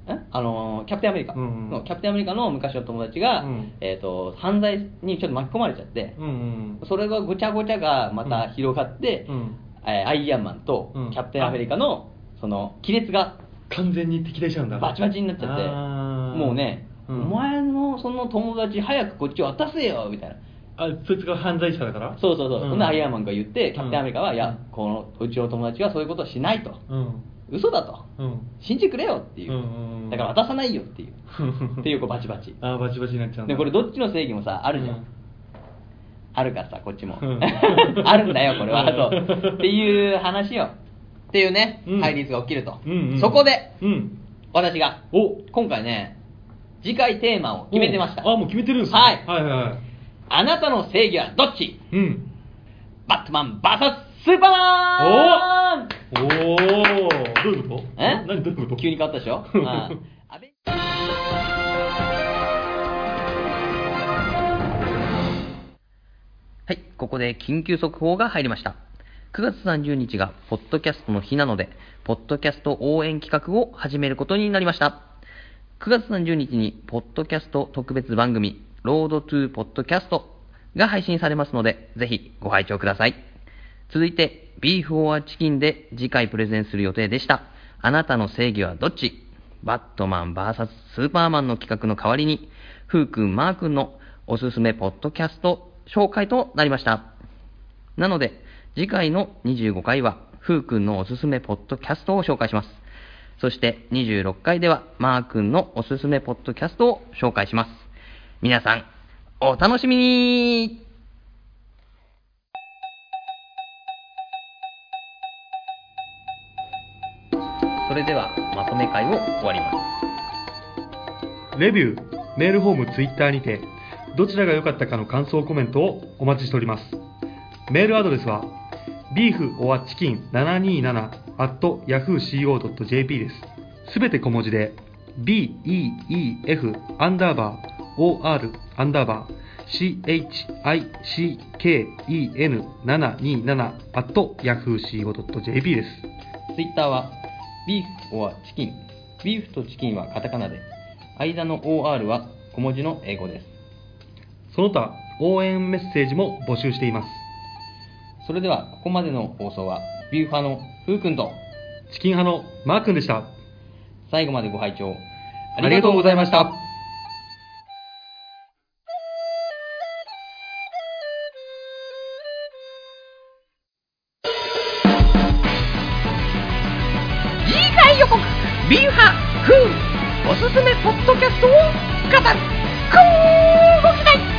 Speaker 3: えあのーキャプテンアメリカ
Speaker 2: うんう
Speaker 3: の
Speaker 2: ん
Speaker 3: キャプテンアメリカの昔の友達が、
Speaker 2: うん
Speaker 3: えー、と犯罪にちょっと巻き込まれちゃって、
Speaker 2: うんうん
Speaker 3: それがごちゃごちゃがまた広がって、
Speaker 2: うん
Speaker 3: えーアイアンマンと
Speaker 2: うん
Speaker 3: キャプテンアメリカのその亀裂が
Speaker 2: 完全に敵対しちゃうんだ
Speaker 4: バチバチになっちゃって
Speaker 2: あー
Speaker 4: もうね、
Speaker 2: うん
Speaker 4: お前のその友達早くこっち渡せよみたいな
Speaker 2: あそいつが犯罪者だから
Speaker 4: そうそうそう、
Speaker 2: ん
Speaker 4: そんなアイアンマンが言ってキャプテンアメリカは、
Speaker 2: うん
Speaker 4: いやこのうちの友達はそういうことはしないと
Speaker 2: うん
Speaker 4: 嘘だと
Speaker 2: うん
Speaker 4: 信じてくれよっていう,、
Speaker 2: うんうんうん
Speaker 4: だから渡さないよって いうっていうこうバチバチ
Speaker 2: あーバチバチになっちゃうんだ
Speaker 4: でこれどっちの正義もさあるじゃん、
Speaker 2: うん
Speaker 4: あるからさこっちも、
Speaker 2: うん
Speaker 4: あるんだよこれはそうっていう話よっていうね、
Speaker 2: うん
Speaker 4: 対立が起きると、
Speaker 2: うんうん
Speaker 4: そこで
Speaker 2: うん
Speaker 4: 私が
Speaker 2: お
Speaker 4: 今回ね次回テーマを決めてました
Speaker 2: おあもう決めてるんですね
Speaker 4: はい
Speaker 2: はいはいはい
Speaker 4: あなたの正義はどっち
Speaker 2: うん
Speaker 4: バットマン VS スーパーマン
Speaker 2: おおどういうこと
Speaker 4: え
Speaker 2: 何どういう こと
Speaker 4: 急に変わったでしょ、うん安倍
Speaker 3: はい、ここで緊急速報が入りました。9月30日が、ポッドキャストの日なので、ポッドキャスト応援企画を始めることになりました。9月30日に、ポッドキャスト特別番組、ロードトゥーポッドキャストが配信されますので、ぜひご拝聴ください。続いて、ビーフ・オア・チキンで次回プレゼンする予定でした。あなたの正義はどっちバットマン VS スーパーマンの企画の代わりに、ふうくん、まーくんのおすすめポッドキャスト紹介となりました。なので、次回の25回は、ふうくんのおすすめポッドキャストを紹介します。そして26回では、まーくんのおすすめポッドキャストを紹介します。皆さん、お楽しみにそれでは、まとめ会を終わります。
Speaker 2: レビュー、メールフォーム、ツイッターにて、どちらが良かったかの感想コメントをお待ちしております。メールアドレスは、beeforchicken727-yahooco.jp です。すべて小文字で、beef アンダーバー or アンダーバー chicken727-yahooco.jp です。
Speaker 3: ツイッターは、ビーフ or チキン。ビーフとチキンはカタカナで、間の OR は小文字の英語です。
Speaker 2: その他、応援メッセージも募集しています。
Speaker 3: それでは、ここまでの放送は、ビーフ派のふうくんと、
Speaker 2: チキン派のマー君でした。
Speaker 3: 最後までご拝聴あ
Speaker 2: あ
Speaker 3: り
Speaker 2: り
Speaker 3: がと
Speaker 2: がと
Speaker 3: う
Speaker 2: う
Speaker 3: ご
Speaker 2: ご
Speaker 3: ざ
Speaker 2: ざ
Speaker 3: い
Speaker 2: い
Speaker 3: ま
Speaker 2: ま
Speaker 3: し
Speaker 2: したた。
Speaker 3: 次回予告ビーフ派フーおすすめポッドキャストを語る乞うご期待